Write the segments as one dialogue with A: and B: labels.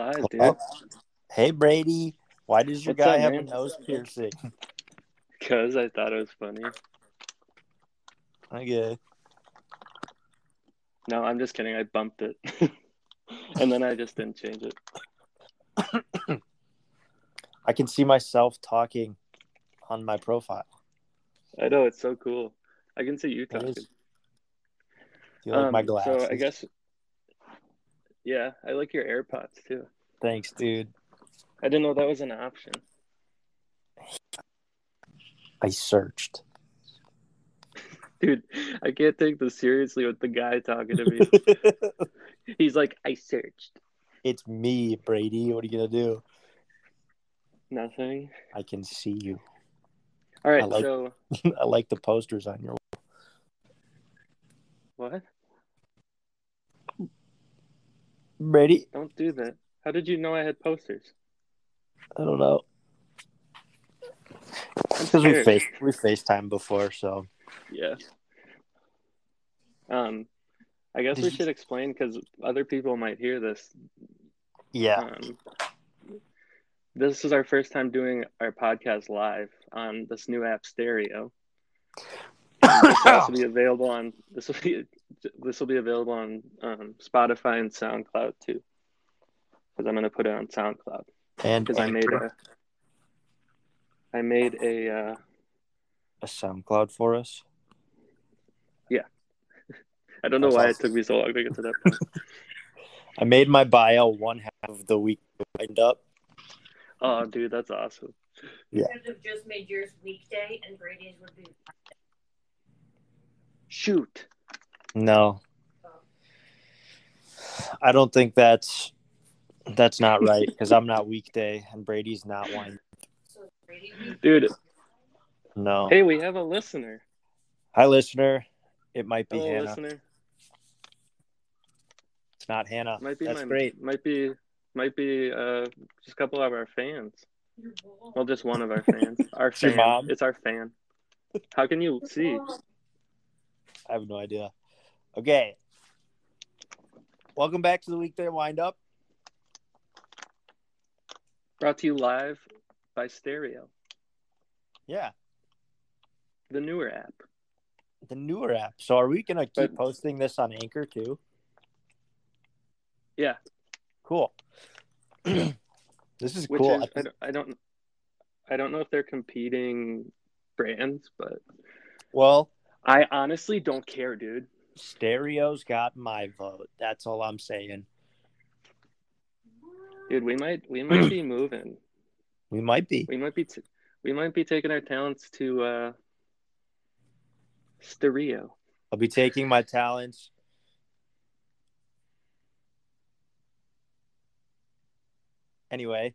A: eyes, dude.
B: Hello? Hey Brady, why does your
A: What's
B: guy
A: up,
B: have
A: man?
B: a nose piercing?
A: Because I thought it was funny.
B: Okay.
A: No, I'm just kidding. I bumped it. and then I just didn't change it.
B: I can see myself talking on my profile.
A: I know it's so cool. I can see you
B: It
A: talking.
B: is. Do you like my
A: Um,
B: glasses?
A: So I guess, yeah, I like your AirPods too.
B: Thanks, dude.
A: I didn't know that was an option.
B: I searched.
A: Dude, I can't take this seriously with the guy talking to me.
B: it's
A: He's like, I searched
B: me, Brady. What are you gonna do?
A: nothing.
B: I can see you.
A: All right,
B: like-
A: so
B: I like the posters on your.
A: what?
B: Brady,
A: Don't do that. How did you know I had posters?
B: I don't know. Because we
A: scared.
B: face we FaceTime before, so
A: Yeah. Um, I guess we
B: Did you-
A: should explain because other people might hear this.
B: yeah,
A: Um, this is our first time doing our podcast live on this new app, Stereo. This will also be
B: Oh.
A: available on this will be this will be available on um, Spotify and SoundCloud too. Because I'm gonna put it on SoundCloud
B: and
A: because I made a I made a uh,
B: a SoundCloud for us.
A: I don't know
B: That's
A: why it
B: awesome.
A: took me so long to get to that point.
B: I made my bio one half of the week lined up.
A: oh, dude, that's awesome.
C: could have just made yours weekday and Brady's would be.
A: Shoot.
B: No, I don't think that's that's not right because I'm not weekday and Brady's not one.
C: So Brady would be-
A: Dude.
B: No,
A: Hey, we have a listener.
B: hi listener, it might be
A: Hello,
B: Hannah.
A: listener.
B: It's not Hannah.
A: Might be
B: that's
A: my,
B: great.
A: Might be might be uh, just a couple of our fans.
C: Your wall.
A: Well, just one of our fans. Our
B: It's your
A: fan.
B: mom?
A: It's our fan. How can you
C: Your
A: see?
C: wall.
B: I have no idea. Okay, welcome back to the weekday wind up.
A: Brought to you live by Stereo,
B: Yeah,
A: the newer app.
B: the newer app. So are we gonna keep
A: But-
B: posting this on Anchor too?
A: Yeah.
B: Cool. this is
A: Which
B: cool. I
A: is I
B: think-
A: don't, I don't I don't know if they're competing brands, but
B: well,
A: I honestly don't care, dude.
B: Stereo's got my vote. That's all I'm saying.
A: Dude, we might we might be moving.
B: We might be.
A: We might be t- we might be taking our talents to uh, Stereo.
B: I'll be taking my talents. Anyway,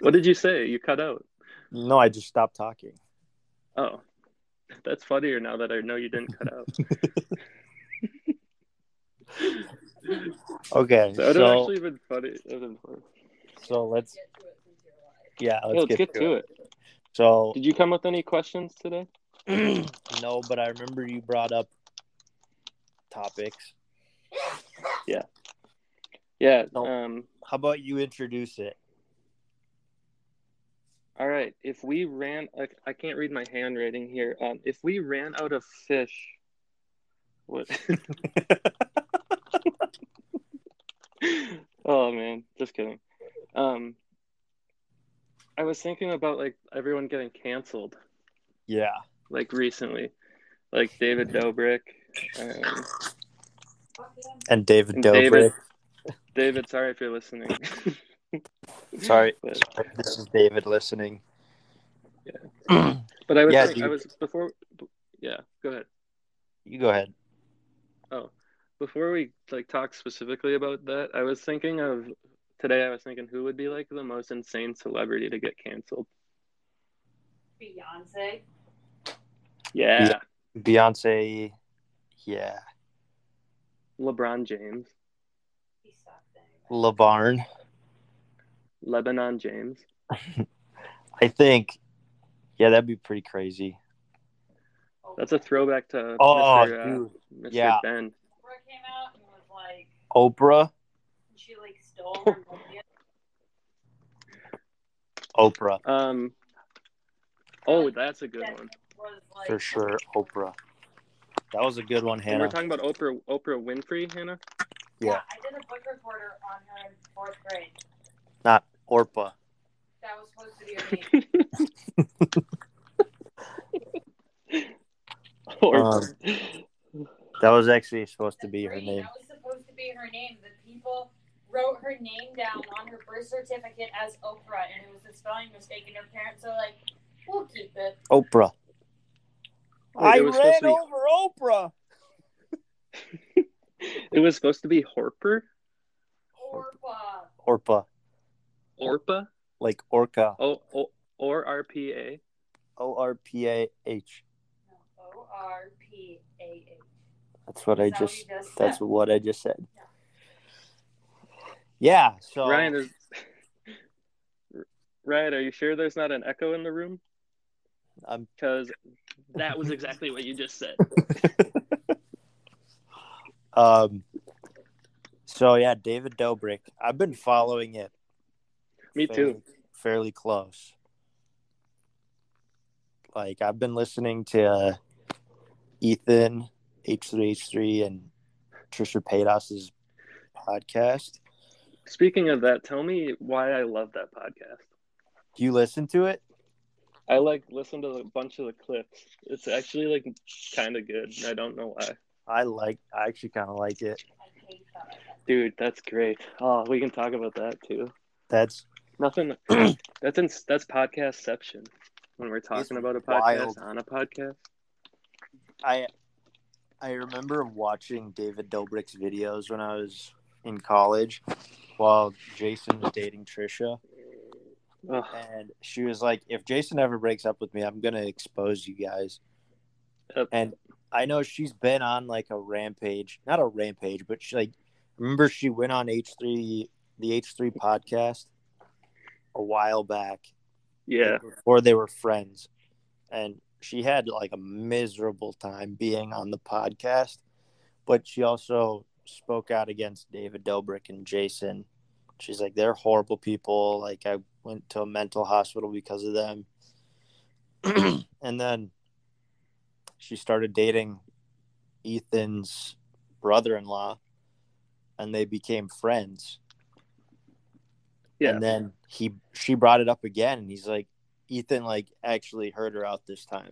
A: What did you say? You cut out.
B: no, I just stopped talking.
A: Oh, that's funnier now that I know you didn't cut out.
B: Okay,
A: That would have
B: so
A: actually been funny. That would've been fun.
B: so let's
C: Get to it since you're alive.
B: yeah, let's,
A: Yeah, let's get, to it.
B: So
A: Did you come with any questions today?
B: no, but I remember you brought up topics.
A: Yeah.
B: No.
A: Um,
B: How about you introduce it?
A: all right. If we ran, I, I can't read my handwriting here. Um, if we ran out of fish, what? oh man, just kidding. Um, I was thinking about like everyone getting canceled.
B: Yeah.
A: like recently, like David Dobrik, um,
C: Fuck yeah.
B: And David
A: and
B: Dobrik.
A: David. David, sorry if you're listening.
B: Sorry.
A: but,
B: This is David listening.
A: but I was,
B: Yeah,
A: think- I
B: dude.
A: was before. Yeah, go ahead.
B: you go ahead.
A: Before we like talk specifically about that, I was thinking of today. I was thinking who would be like the most insane celebrity to get canceled.
C: Beyonce.
A: Yeah,
B: Yeah. Beyonce. Yeah.
A: LeBron James,
C: He sucked anyway.
B: LeBarn.
A: Lebanon James.
B: I think. Yeah, that'd be pretty crazy.
C: Oh,
A: That's a throwback to
B: Oh,
A: Mr. Uh,
B: dude.
A: Mr.
B: Yeah.
A: Ben.
C: Oprah came out and was like,
B: Oprah.
C: she she like stole her million?
B: Oprah
A: Um. Oh, that's a good
C: That
A: one.
C: was like
B: for sure. Oprah. That was a good one,
A: And we're
B: Hannah.
A: talking about Oprah Oprah Winfrey, Hannah.
B: Yeah.
C: I did a book reporter on her in fourth grade.
B: Not Orpa.
C: That was supposed to be her name.
A: Oprah.
B: That was actually supposed to be her
C: Brady,
B: name.
C: That was supposed to be her name. The people wrote her name down on her birth certificate as Oprah, and it was a spelling mistake. And her parents are like, "We'll keep it."
B: Oprah.
A: Wait, it was supposed to
B: over Oprah.
A: be. It was supposed to be Horper.
C: Orpa.
B: Orpa,
A: Orpa.
B: like Orca.
A: Oh, oh or RPA.
B: O R P A H.
C: O R P A H.
B: That's what I
C: That's how
B: just.
C: he does
B: That's
C: that.
B: what I just said. Yeah. So
A: Ryan is. Ryan, are you sure there's not an echo in the room?
B: I'm-
A: Because that was exactly what you just said.
B: Um. So yeah, David Dobrik. I've been following it.
A: Me
B: fairly-
A: too.
B: Fairly close. Like I've been listening to uh, Ethan H3H3 and Trisha Paytas's podcast.
A: Speaking of that, tell me why I love that podcast.
B: Do you listen to it?
A: I like listened to a bunch of the clips. It's actually like kind of good. I don't know why.
B: I like. I actually kind of like it.
C: I hate that.
A: Dude, that's great. Oh, we can talk about that too.
B: That's
A: Nothing. that's in, that's podcastception. When we're talking
B: It's
A: about a podcast
B: wild.
A: on a podcast.
B: I I remember watching David Dobrik's videos when I was in college while Jason was dating Trisha
A: Ugh,
B: and she was like if Jason ever breaks up with me I'm going to expose you guys.
A: Yep.
B: And I know she's been on like a rampage, not a rampage, but she like remember she went on H3 the H3 podcast a while back
A: yeah.
B: before they were friends and she had like a miserable time being on the podcast but she also spoke out against david dobrik and jason she's like they're horrible people like i went to a mental hospital because of them and then she started dating ethan's brother-in-law and they became friends
A: Yeah.
B: and then he she brought it up again and he's like Ethan like actually heard her out this time.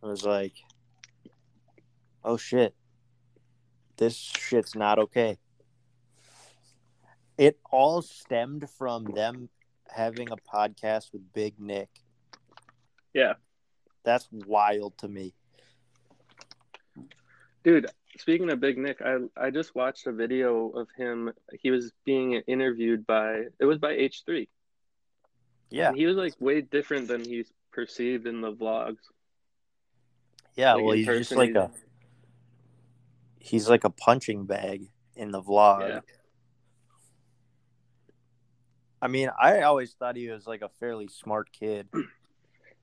B: I was like oh shit. This shit's not okay. It all stemmed from them having a podcast with Big Nick.
A: Yeah.
B: That's wild to me.
A: Dude, speaking of Big Nick, I I just watched a video of him. He was being interviewed by it was by H three.
B: Yeah.
A: He was like way different than he's perceived in the vlogs.
B: Yeah,
A: Like,
B: well
A: in
B: he's just
A: person,
B: like
A: he's-
B: a he's like a punching bag in the vlog.
A: Yeah.
B: I mean, I always thought he was like a fairly smart kid.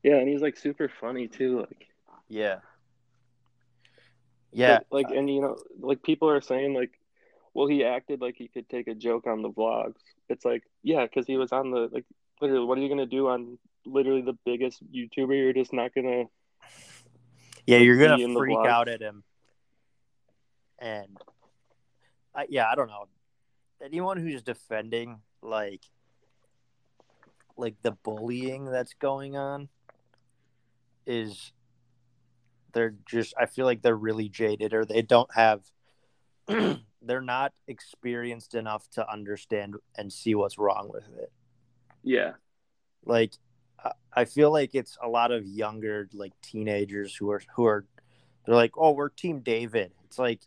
A: Yeah, and he's like super funny too. Like
B: Yeah. Yeah.
A: like, like, and you know, like people are saying like, well, he acted like he could take a joke on the vlogs. It's like, yeah, because he was on the like, literally, what are you gonna do on literally the biggest YouTuber? You're just not gonna.
B: Yeah, you're
A: be in
B: gonna
A: the
B: freak
A: vlog.
B: out at him. And I, yeah, I don't know. Anyone who's defending like like the bullying that's going on is they're just I feel like they're really jaded or they don't have they're not experienced enough to understand and see what's wrong with it.
A: Yeah,
B: like I- I feel like it's a lot of younger like teenagers who are who are they're like, "Oh, we're team David." It's like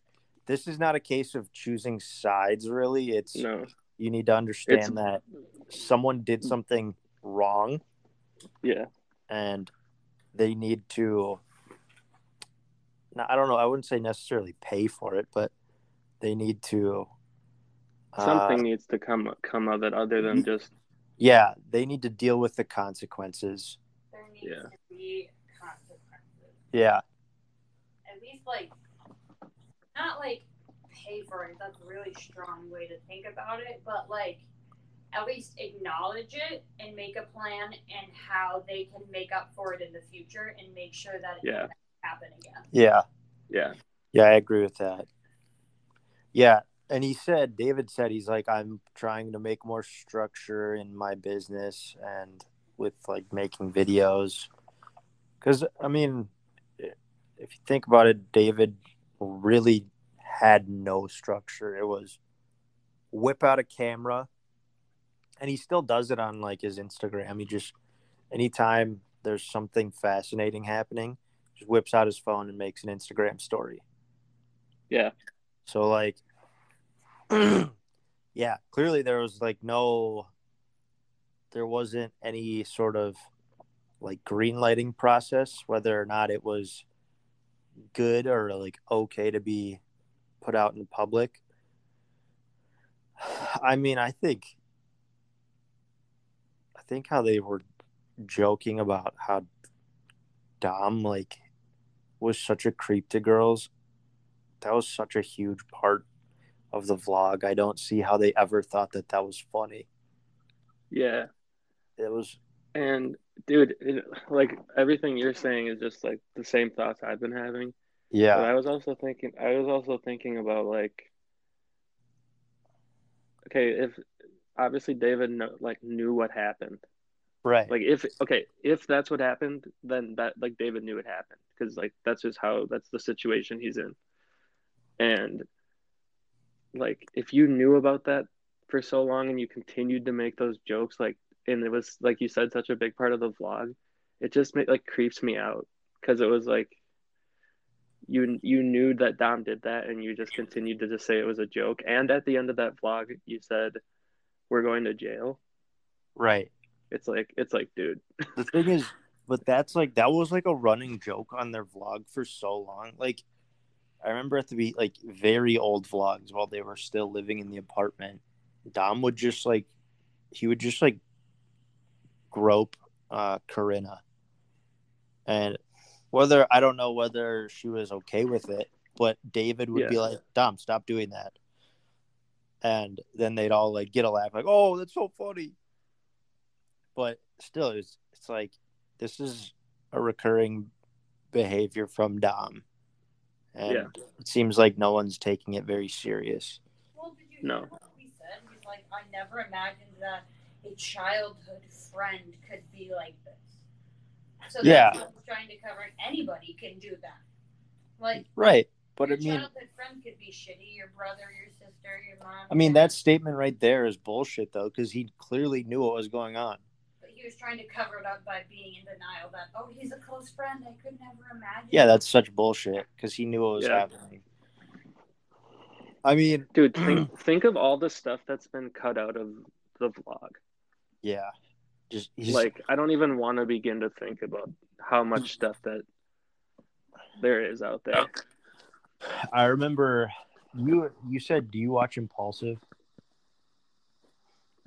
B: this is not a case of choosing sides really. It's
A: no,
B: you need to understand that someone did something wrong
A: yeah,
B: and they need to now, I don't know, I wouldn't say necessarily pay for it, but they need to uh,
A: something needs to come come of it other than just
B: yeah, they need to deal with the consequences.
C: There needs
A: Yeah.
C: to be consequences.
B: Yeah.
C: At least like, not like pay for it. That's a really strong way to think about it, but like at least acknowledge it and make a plan and how they can make up for it in the future and make sure that it
A: Yeah.
C: doesn't happen again.
B: Yeah.
A: Yeah.
B: Yeah, I agree with that. Yeah. And he said, David said, he's like, I'm trying to make more structure in my business and with like making videos. Cause I mean, if you think about it, David really had no structure. It was whip out a camera and he still does it on like his Instagram. He just, anytime there's something fascinating happening, just whips out his phone and makes an Instagram story.
A: Yeah.
B: So like yeah, clearly there was like no there wasn't any sort of like green lighting process whether or not it was good or like okay to be put out in public. I mean, I think I think how they were joking about how Dom like was such a creep to girls. That was such a huge part of the vlog. I don't see how they ever thought that that was funny.
A: Yeah.
B: It was
A: And dude, it, like everything you're saying is just like the same thoughts I've been having. But
B: yeah,
A: I was also thinking, I was also thinking about like, okay, if obviously David kno- like knew what happened.
B: right.
A: Like if okay, if that's what happened, then that like David knew it happened because like that's just how that's the situation he's in. And like if you knew about that for so long and you continued to make those jokes like and it was like you said such a big part of the vlog, it just ma- like creeps me out because it was like you you knew that Dom did that and you just continued to just say it was a joke. And at the end of that vlog, you said we're going to jail.
B: right.
A: It's like it's like dude.
B: The thing is, but that's like that was like a running joke on their vlog for so long. Like I remember at the be like very old vlogs while they were still living in the apartment. Dom would just like he would just like grope uh Corinna. And whether I don't know whether she was okay with it, but David would
A: Yeah.
B: be like, Dom, stop doing that. And then they'd all like get a laugh, like, Oh, that's so funny. But still it's it's like this is a recurring behavior from Dom. And
A: Yeah.
B: it seems like no one's taking it very serious.
C: Well, did you
A: No.
C: hear what we said? He's like, I never imagined that a childhood friend could be like this. So
B: Yeah.
C: that's what he's trying to cover. Anybody can do that. Like,
B: Right. But I
C: your
B: mean
C: childhood friend could be shitty. Your brother, your sister, your mom.
B: I mean
C: your-
B: that statement right there is bullshit though, because he clearly knew what was going on.
C: But he was trying to cover it up by being in denial that, oh, he's a close friend. I could never imagine.
B: Yeah, that's such bullshit because he knew what was
A: Yeah.
B: happening. I mean,
A: Dude, think think of all the stuff that's been cut out of the vlog.
B: yeah, just Mm. he's like,
A: Like, I don't even want to begin to think about how much stuff that there is out there.
B: I remember you you said, do you watch Impulsive?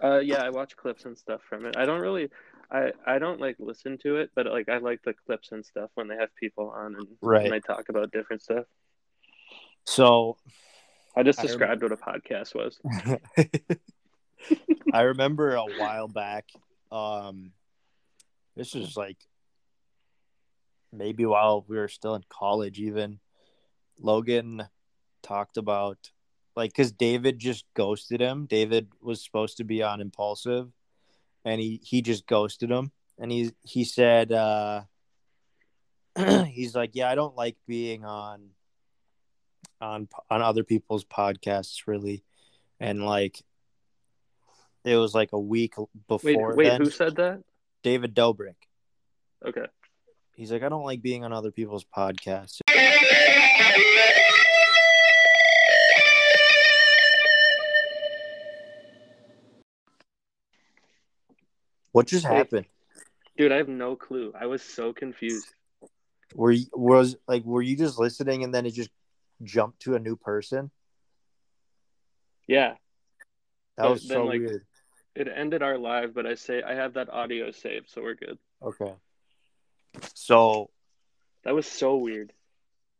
A: Uh, yeah, I watch clips and stuff from it. I don't really, I I don't like listen to it, but like I like the clips and stuff when they have people on and
B: Right.
A: and they talk about different stuff.
B: So
A: I just
B: I remember-
A: described what a podcast was.
B: I remember a while back. Um, this
A: Uh-huh.
B: was like maybe while we were still in college, even Logan talked about like because David just ghosted him. David was supposed to be on Impulsive, and he he just ghosted him. And he he said uh, he's like, yeah, I don't like being on on on other people's podcasts really, and like it was like a week
A: Wait,
B: before
A: wait,
B: then.
A: who said that?
B: David Dobrik.
A: Okay,
B: He's like, I don't like being on other people's podcasts. What just
A: Wait.
B: happened?
A: dude, I have no clue. I was so confused.
B: Were you was like were you just listening and then it just jumped to a new person?
A: Yeah,
B: That
A: But
B: was
A: then,
B: so
A: like-
B: weird.
A: it ended our live, but I say I have that audio saved, so we're good.
B: Okay. So
A: That was so weird.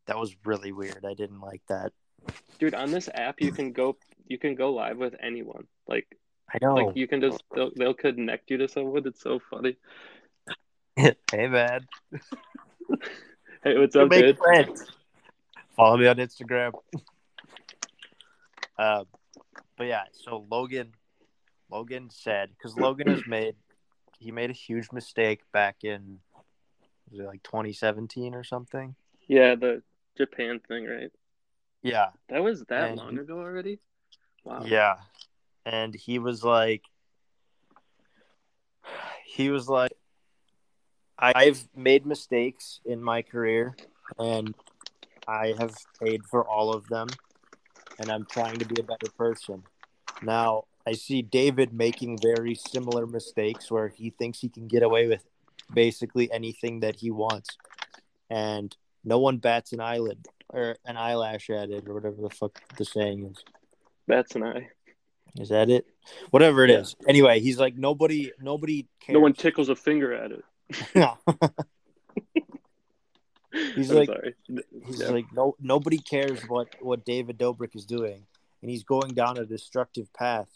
B: that was really weird. I didn't like that.
A: dude, on this app you can go you can go live with anyone. Like
B: I know.
A: like you can just they'll, they'll connect you to someone. It's so funny.
B: hey, man.
A: Hey, what's up,
B: Make
A: dude?
B: friends. Follow me on Instagram. Uh, but yeah, so Logan, Logan said because Logan has made he made a huge mistake back in was it like 2017 or something?
A: Yeah, the Japan thing, right?
B: Yeah,
A: That was that
B: And-
A: long ago already. Wow.
B: Yeah. And he was like, he was like, "I- I've made mistakes in my career and I have paid for all of them and I'm trying to be a better person. Now, I see David making very similar mistakes where he thinks he can get away with basically anything that he wants. And no one bats an eyelid or an eyelash at it or whatever the fuck the saying is.
A: That's an eye.
B: Is that it? Whatever it is.
A: Yeah.
B: Anyway, he's like nobody. Nobody cares.
A: No one tickles a finger at it.
B: He's
A: I'm
B: like-
A: sorry.
B: he's
A: Yeah.
B: like no. Nobody cares what what David Dobrik is doing, and he's going down a destructive path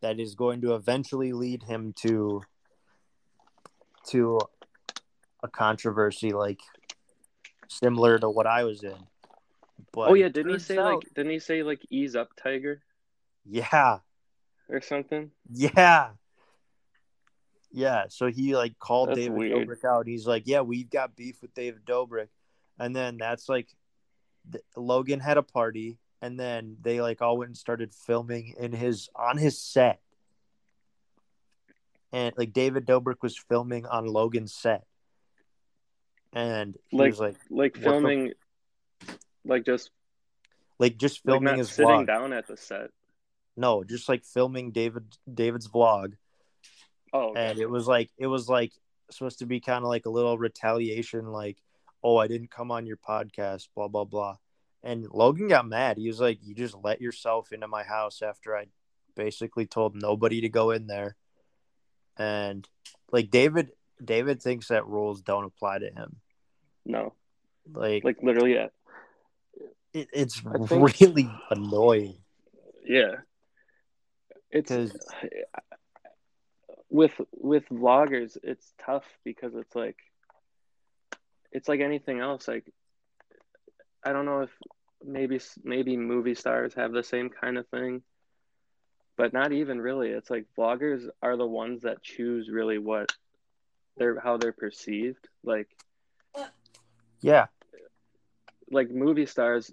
B: that is going to eventually lead him to to a controversy like similar to what I was in. But
A: oh
B: it
A: yeah, didn't he
B: turns
A: say
B: out-
A: like didn't he say like ease up, tiger,
B: yeah?
A: or something?
B: Yeah. Yeah. So he like called
A: That's
B: David
A: weird.
B: Dobrik out. He's like, Yeah, we've got beef with David Dobrik. And then that's like th- Logan had a party and then they like all went and started filming in his on his set. And like David Dobrik was filming on Logan's set. And he was like
A: Like
B: What the-
A: filming, like just
B: like just
A: like
B: filming
A: not
B: his
A: sitting
B: vlog.
A: down at the set.
B: No, just like filming David David's vlog.
A: Oh, okay.
B: and it was like it was like supposed to be kind of like a little retaliation like oh i didn't come on your podcast blah blah blah and logan got mad he was like you just let yourself into my house after i basically told nobody to go in there and like david david thinks that rules don't apply to him
A: no,
B: like,
A: like literally, yeah.
B: it, it's
A: I think-
B: really annoying
A: yeah. It's
B: 'Cause-
A: with with vloggers, it's tough because it's like it's like anything else. Like I don't know if maybe maybe movie stars have the same kind of thing, but not even really. It's like vloggers are the ones that choose really what they're how they're perceived. Like
B: yeah
A: like movie stars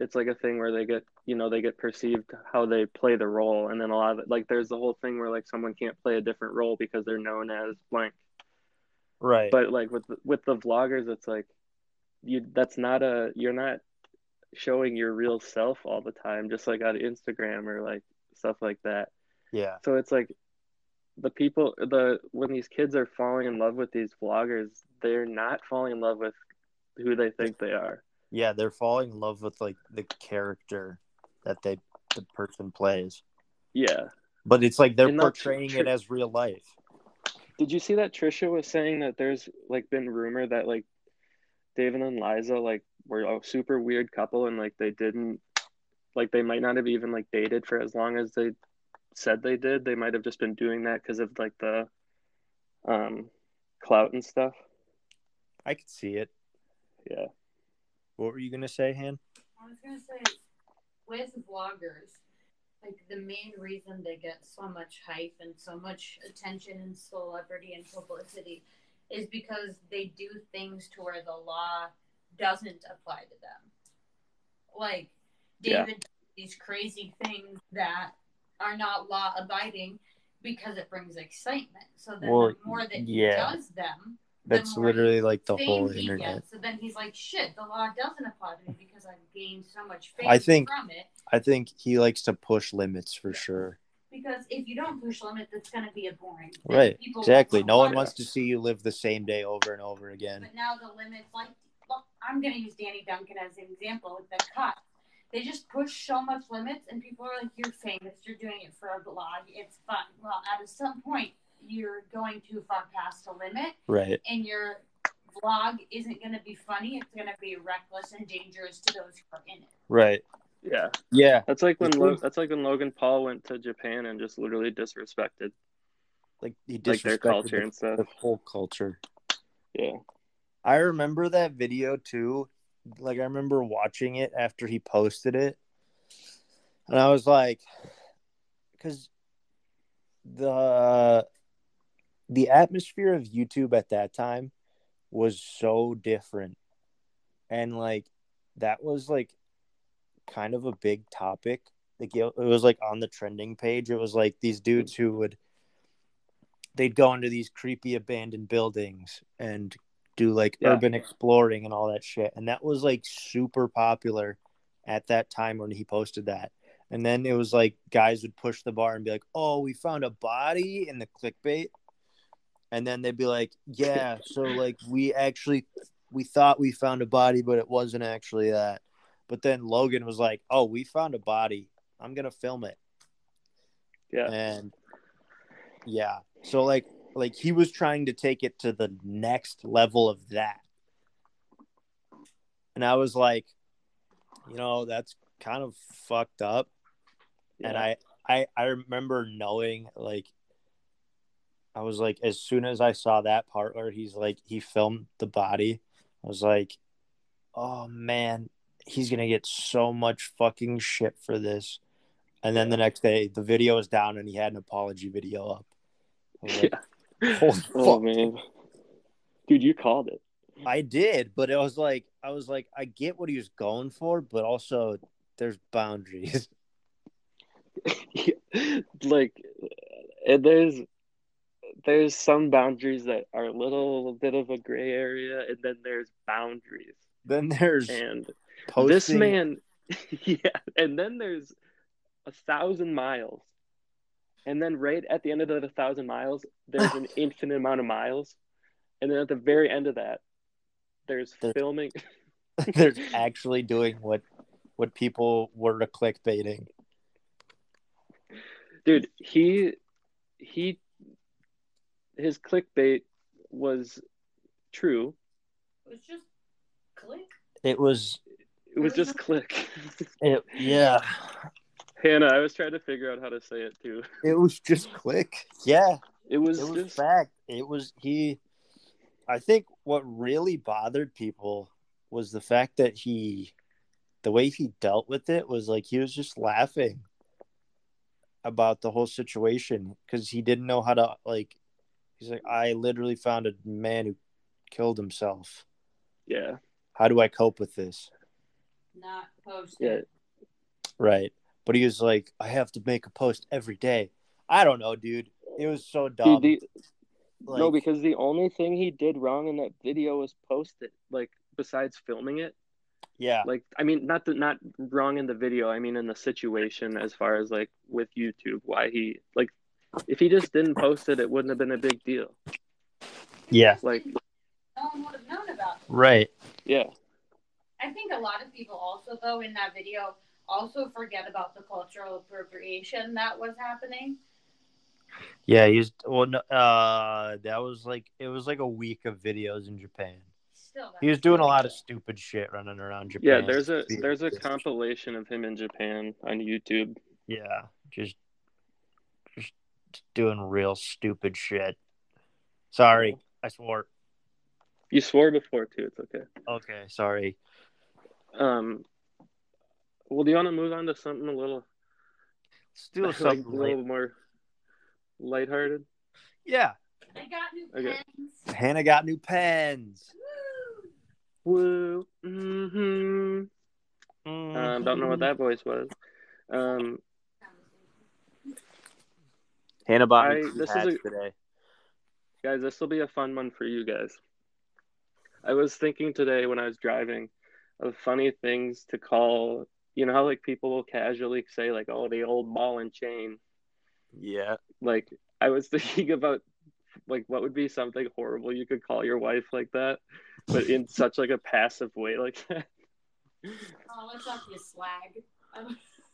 A: it's like a thing where they get you know they get perceived how they play the role and then a lot of it like there's the whole thing where like someone can't play a different role because they're known as blank
B: right
A: but like with with the vloggers it's like you that's not a you're not showing your real self all the time just like on instagram or like stuff like that
B: yeah
A: so it's like the people the when these kids are falling in love with these vloggers they're not falling in love with who they think they are
B: yeah they're falling in love with like the character that they the person plays
A: yeah
B: But it's like they're
A: And that's
B: portraying
A: true.
B: it as real life.
A: Did you see that Trisha was saying that there's like been rumor that like David and Liza like were a super weird couple and like they didn't like they might not have even like dated for as long as they said they did. They might have just been doing that because of like the um clout and stuff.
B: I could see it.
A: Yeah.
B: What were you gonna say, Han?
C: I was gonna say, with vloggers, like the main reason they get so much hype and so much attention and celebrity and publicity is because they do things to where the law doesn't apply to them. Like
A: Yeah.
C: David does these crazy things that are not law abiding because it brings excitement. So then
B: Well,
C: the more that
B: yeah.
C: he does them,
B: That's
C: The more
B: literally like the
C: fame
B: whole
C: he
B: internet.
C: gets. So then he's like, shit, the law doesn't apply to me because I've gained so much fame
B: I think-
C: from it.
B: I think he likes to push limits for sure.
C: Because if you don't push limit, that's going to be a boring thing.
B: Right.
C: People won't
B: Exactly. No one
C: watch
B: wants to see you live the same day over and over
C: it.
B: again.
C: But now the limit's like, well, I'm going to use Danny Duncan as an example with the cut. They just push so much limits, and people are like, you're famous. You're doing it for a blog. It's fun. Well, at some point, you're going too far past a limit.
B: Right.
C: and your vlog isn't going to be funny. It's going to be reckless and dangerous to those who are in it.
B: Right.
A: Yeah,
B: Yeah,
A: that's like when
B: It's
A: Lo-
B: true.
A: that's like when Logan Paul went to Japan and just literally disrespected
B: like he
A: like their
B: disrespected
A: culture and
B: the,
A: stuff.
B: the whole culture.
A: Yeah,
B: I remember that video too. Like I remember watching it after he posted it, and I was like, because the the atmosphere of YouTube at that time was so different, and like that was like kind of a big topic. Like it it was like on the trending page. It was like these dudes who would they'd go into these creepy abandoned buildings and do like
A: Yeah.
B: urban exploring and all that shit. And that was like super popular at that time when he posted that. And then it was like guys would push the bar and be like, "Oh, we found a body in the clickbait." And then they'd be like, "Yeah, so like we actually we thought we found a body, but it wasn't actually that." But then Logan was like, "Oh, we found a body. I'm going to film it."
A: yeah,
B: and yeah so like like he was trying to take it to the next level of that and i was like you know that's kind of fucked up and
A: yeah.
B: I, I i remember knowing like i was like as soon as i saw that part where he's like he filmed the body i was like oh man he's gonna get so much fucking shit for this and then the next day the video was down and he had an apology video up I was like, Holy
A: oh
B: fuck.
A: man, dude, you called it.
B: I did, but it was like I was like I get what he was going for, but also there's boundaries.
A: like uh, there's there's some boundaries that are a little bit of a gray area and then there's boundaries
B: Then there's
A: and
B: posting
A: this man yeah and then there's a thousand miles and then right at the end of the thousand miles there's an infinite amount of miles and then at the very end of that there's
B: There-
A: filming
B: there's actually doing what what people were clickbaiting.
A: dude he he his clickbait was true
C: It was just click.
B: It was
A: It was just click.
B: it yeah.
A: Hannah, I was trying to figure out how to say it too.
B: It was just click. Yeah.
A: It was,
B: It was
A: just
B: fact. It was he I think what really bothered people was the fact that he the way he dealt with it was like he was just laughing about the whole situation cuz he didn't know how to like he's like I literally found a man who killed himself.
A: yeah,
B: How do I cope with this?
C: Not posted.
A: yeah.
B: Right. But he was like, I have to make a post every day. I don't know, dude. It was so dumb.
A: Dude, the,
B: like,
A: no, because the only thing he did wrong in that video was post it. Like besides filming it,
B: yeah,
A: like I mean, not the, not wrong in the video. I mean in the situation as far as like with YouTube, why he like if he just didn't post it, it wouldn't have been a big deal.
B: Yeah.
A: Like
C: No one would have known about. it.
B: right.
A: yeah,
C: I think a lot of people also though in that video also forget about the cultural appropriation that was happening.
B: Yeah, he was. Well, no, uh, that was like it was like a week of videos in Japan.
C: Still, that's
B: He was doing a lot of stupid shit running around
A: yeah.
B: Japan.
A: There's a there's a compilation of him in Japan on YouTube.
B: yeah, just just doing real stupid shit. Sorry, I swore.
A: You swore before too. It's okay.
B: Okay, sorry.
A: Um, well, do you want to move on to something a little,
B: Let's do
A: like,
B: something.
A: a
B: late.
A: little more lighthearted?
B: Yeah,
C: I got new
A: Okay.
C: pens.
B: Hannah got new pens.
C: Woo!
A: Woo. hmm Um, don't know what that voice was. Um,
B: Hannah bought
A: I-
B: me two
A: this is
B: hats
A: a-
B: today.
A: guys, this will be a fun one for you guys. I was thinking today when I was driving of funny things to call. You know how like people will casually say like, "Oh, the old ball and chain."
B: Yeah.
A: Like I was thinking about like what would be something horrible you could call your wife like that, but in such like a passive way like that.
C: Oh, what's up, you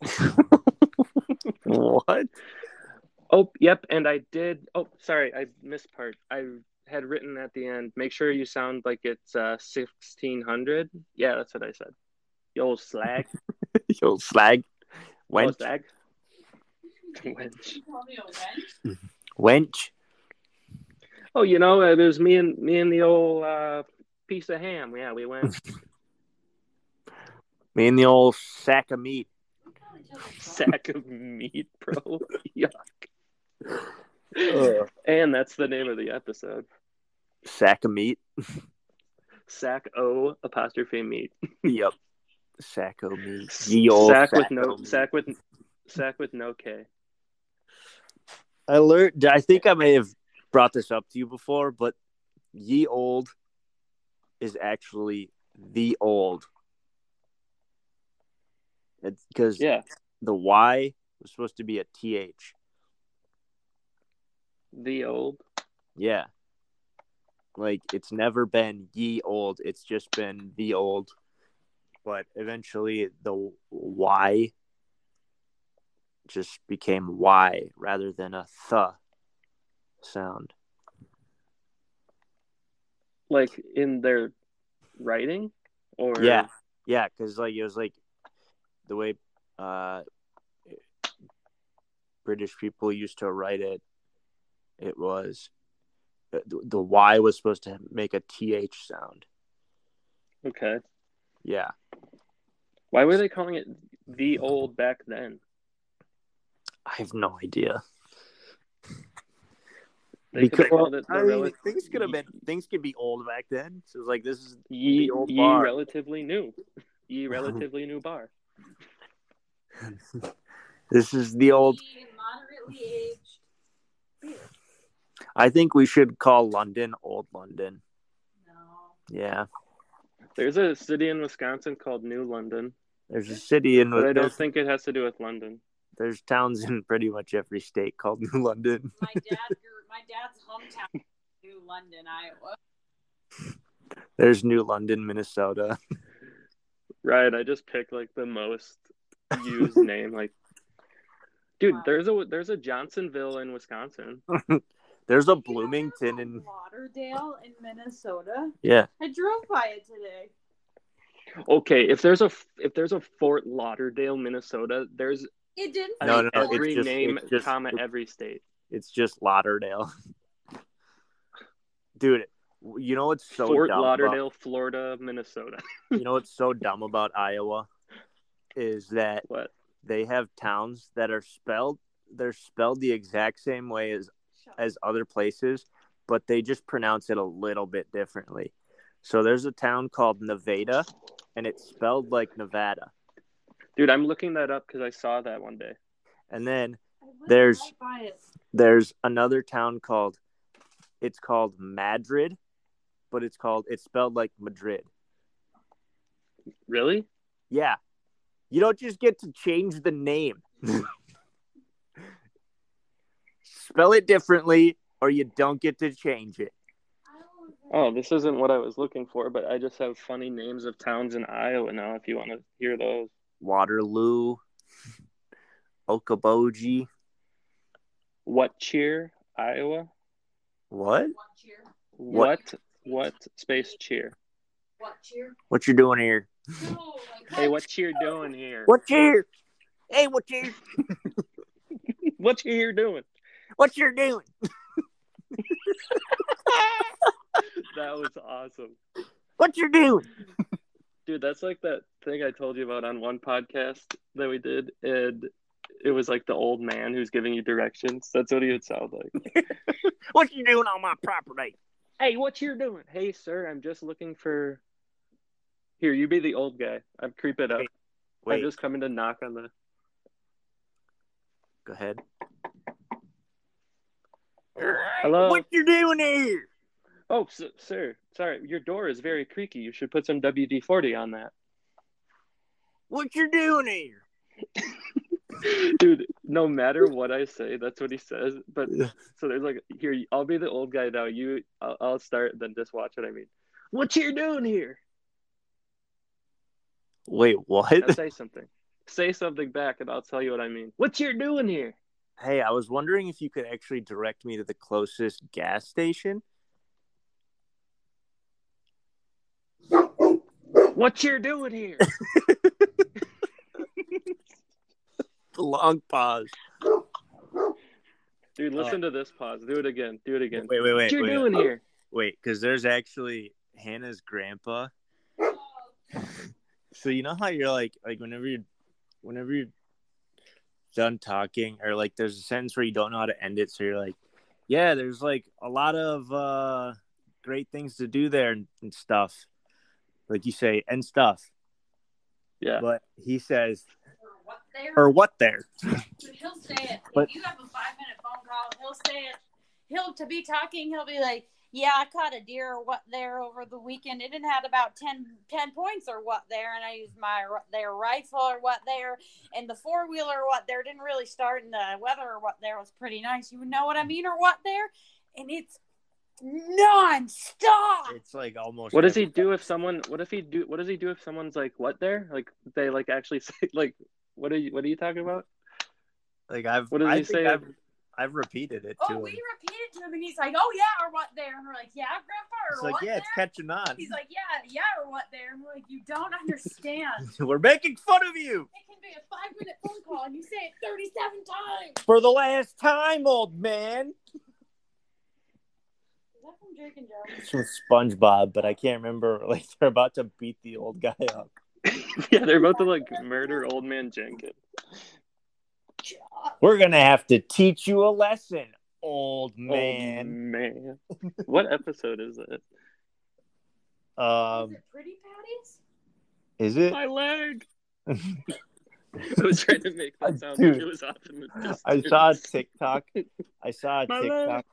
C: slag? Um,
B: What?
A: Oh, yep. And I did. Oh, sorry. I missed part. I had written at the end, make sure you sound like it's uh, 1600. Yeah, that's what I said. Yo, slag.
B: Yo, slag.
A: What's
B: Wench.
A: that? Wench.
C: You call me a wench?
B: Wench.
A: Oh, you know, it was me and me and the old uh, piece of ham. Yeah, we went.
B: Me and the old sack of meat.
C: You call each other a
A: sack of meat, bro. Yuck.
B: Ugh.
A: And that's the name of the episode.
B: Sack of meat.
A: Sack O apostrophe meat.
B: Yep. Sack of meat. Ye old
A: Sack with
B: o'
A: no
B: meat.
A: sack with sack with no K.
B: I learned. I think I may have brought this up to you before, but ye old is actually the old. It's because
A: Yeah.
B: the Y was supposed to be a TH.
A: The old.
B: Yeah. Like it's never been ye old. It's just been the old. But eventually the Y just became Y rather than a th sound.
A: Like in their writing? Or
B: Yeah. Yeah, because like it was like the way uh British people used to write it. It was the, the Y was supposed to make a th sound.
A: Okay.
B: Yeah,
A: Why were they calling it the old back then?
B: I have no idea.
A: They could have
B: Because-
A: called it the
B: I mean,
A: rela-
B: things could have been things could be old back then. So it's like this is
A: ye,
B: the old
A: ye
B: bar.
A: relatively new. Ye relatively new bar.
B: this is the old.
C: He moderately aged. beer.
B: I think we should call London old London.
C: No.
B: Yeah,
A: There's a city in Wisconsin called New London,
B: there's a city in
A: but I don't
B: there's,
A: think it has to do with London.
B: there's towns in pretty much every state called New London.
C: My dad grew, my dad's hometown is New London, Iowa.
B: There's New London, Minnesota.
A: Right, I just picked like the most used name. Like, dude,
C: Wow.
A: there's a there's a Johnsonville in Wisconsin.
B: There's a
C: You know,
B: Bloomington
C: there's a
B: and
C: Lauderdale in Minnesota.
B: yeah,
C: I drove by it today.
A: Okay, if there's a if there's a Fort Lauderdale, Minnesota, there's
C: It didn't.
A: I
B: No,
A: think
B: no, no, it's
A: every
B: just-
A: name,
B: it's just-
A: comma every state.
B: it's just Lauderdale. Dude, you know what's so
A: Fort
B: dumb about-
A: Lauderdale, Florida, Minnesota.
B: you know what's so dumb about Iowa is that
A: What?
B: they have towns that are spelled they're spelled the exact same way as
C: Shut
B: as other places, but they just pronounce it a little bit differently. So there's a town called Nevada, and it's spelled like Nevada.
A: Dude, I'm looking that up because I saw that one day.
B: And then
C: I went
B: there's-
C: right by it.
B: there's another town called it's called Madrid, but it's called it's spelled like Madrid.
A: Really?
B: Yeah. You don't just get to change the name. Spell it differently or you don't get to change it.
A: Oh, this isn't what I was looking for, but I just have funny names of towns in Iowa now. If you want to hear those,
B: Waterloo, Okoboji.
A: what cheer, Iowa?
B: What?
C: What cheer?
A: What what, space cheer?
C: What cheer?
B: What you doing here?
C: No, like
A: Hey, what cheer doing here?
B: What you here? Hey, what you
A: what you here doing?
B: what you're doing?
A: That was awesome,
B: What you doing?
A: dude. That's like that thing I told you about on one podcast that we did, and it was like the old man who's giving you directions. That's what he would sound like.
B: What you doing on my property?
A: Hey, what you doing? Hey, sir, I'm just looking for. Here, you be the old guy. I'm creeping up. I'm
B: Wait,
A: just coming to knock on the.
B: go ahead.
A: Hello?
B: What you doing here?
A: Oh, s sir, sorry, your door is very creaky. You should put some WD 40 on that.
B: What you doing here?
A: Dude, no matter what I say, that's what he says. But
B: Yeah.
A: so there's like, here, I'll be the old guy now. You, I'll, I'll start, then just watch what I mean. What you doing here?
B: Wait,
A: Now
B: what?
A: say something. Say something back, and I'll tell you what I mean. What you doing here?
B: Hey, I was wondering if you could actually direct me to the closest gas station.
A: What you doing here?
B: the long pause.
A: Dude, listen to this pause. Do it again. Do it again.
B: Uh, Wait, wait,
A: what
B: wait, Oh,
A: you
B: wait,
A: doing here?
B: wait, because there's actually Hannah's grandpa. So you know how you're like, like whenever you're, whenever you're done talking, or like there's a sentence where you don't know how to end it, so you're like, yeah, there's like a lot of uh great things to do there and, and stuff. Like you say, and stuff,
A: Yeah.
B: but he says,
C: Or what there?
B: or what there?
C: But he'll say it.
B: But-
C: if you have a five minute phone call, he'll say it. He'll to be talking. He'll be like, "Yeah, I caught a deer or what there over the weekend. It didn't had about 10, 10 points or what there, and I used my r- their rifle or what there, and the four wheeler what there didn't really start, and the weather or what there was pretty nice. You know what I mean or what there, and it's nonstop.
B: It's like almost.
A: What does
B: every-
A: he do if someone? What if he do? What does he do if someone's like, "What there?" Like they like actually say, like, "What are you? What are you talking about?"
B: Like I've.
A: What does
B: I
A: he
B: think
A: say?
B: I've, I've repeated it to
C: Oh,
B: him.
C: we repeated to him, and he's like, "Oh yeah, or what there," and we're like, "Yeah, grandpa, or
B: It's like
C: what
B: yeah,
C: there."
B: it's catching on.
C: He's like, yeah, yeah, or what there? And we're like, you don't understand.
B: We're making fun of you
C: it can be a five minute phone call and you say it 37 times.
B: for the last time, old man.
C: Is that from Drake and Josh?
B: It's from SpongeBob, but I can't remember. Like they're about to beat the old guy up.
A: yeah, they're about to like murder old man Jenkins.
B: We're gonna have to teach you a lesson, old
A: Oh,
B: man.
A: man, what episode is it?
B: Um,
A: Um,
C: Is it Pretty Patties?
B: is it?
A: My leg. I was trying to make that sound like
B: Dude.
A: it was off in the distance.
B: I saw a TikTok. I saw a
A: My
B: TikTok.
A: leg.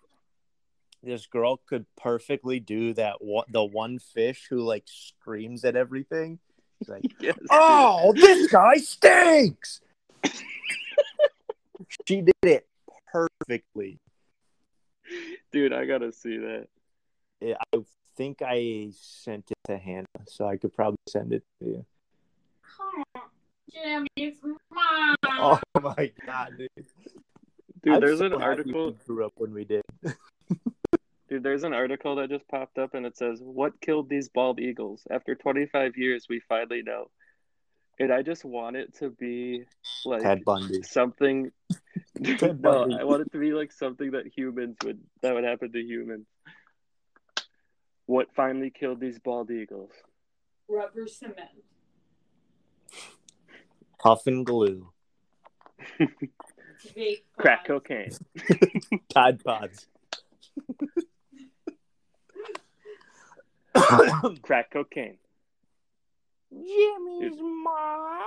B: This girl could perfectly do that. One, the one fish who like screams at everything. She's like,
A: Yes, dude.
B: "Oh, this guy stinks." she did it perfectly.
A: dude, I gotta see that.
B: Yeah, I think I sent it to Hannah, so I could probably send it to you.
C: Jim, it's mine.
B: Oh my god, dude!
A: Dude,
B: I'm
A: there's
B: so
A: an
B: happy
A: article.
B: we grew up when we did.
A: Dude, there's an article that just popped up and it says, What killed these bald eagles? After 25 years, we finally know. And I just want it to be like
B: Ted Bundy.
A: something.
B: Ted
A: no,
B: Bundy.
A: I want it to be like something that humans would, that would happen to humans. What finally killed these bald eagles?
C: Rubber cement.
B: Huff and glue.
C: Vape
A: Crack
C: pods.
A: cocaine.
B: Tide Pods.
A: Crack cocaine.
B: Jimmy's mom.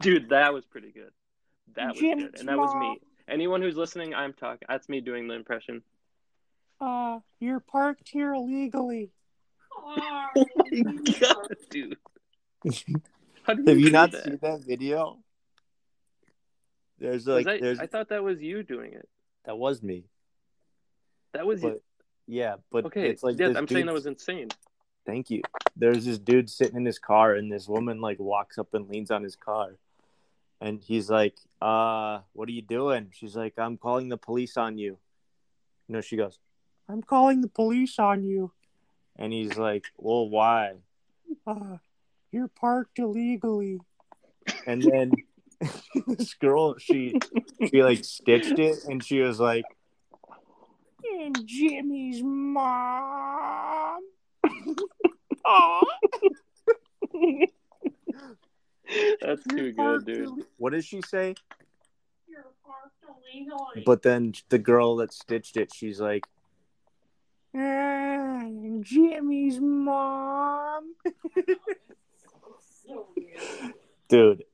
A: Dude, that was pretty good. That was
B: Jim
A: good. And that was
B: Small.
A: me. Anyone who's listening, I'm talking. That's me doing the impression.
B: Uh, you're parked here illegally.
C: Car.
A: Oh my god, dude. How did
B: Have you
A: do
B: not
A: that?
B: seen that video?
A: Was
B: There's like,
A: I-
B: there's
A: I thought that was you doing it.
B: that was me.
A: That was you.
B: But- Yeah, but
A: Okay,
B: it's like
A: yes,
B: this
A: I'm saying that
B: dude-
A: was insane.
B: Thank you. There's this dude sitting in his car, and this woman like walks up and leans on his car, and he's like, "Uh, what are you doing?" She's like, "I'm calling the police on you." No, she goes, "I'm calling the police on you," and he's like, "Well, why?" Uh, you're parked illegally. And then this girl, she she like stitched it, and she was like, "And Jimmy's mom." Oh, Aw.
A: That's too good, dude.
B: What does she say?
C: You're parked illegally.
B: But then the girl that stitched it, she's like, "Ah, Jimmy's mom.
C: So weird.
B: Dude,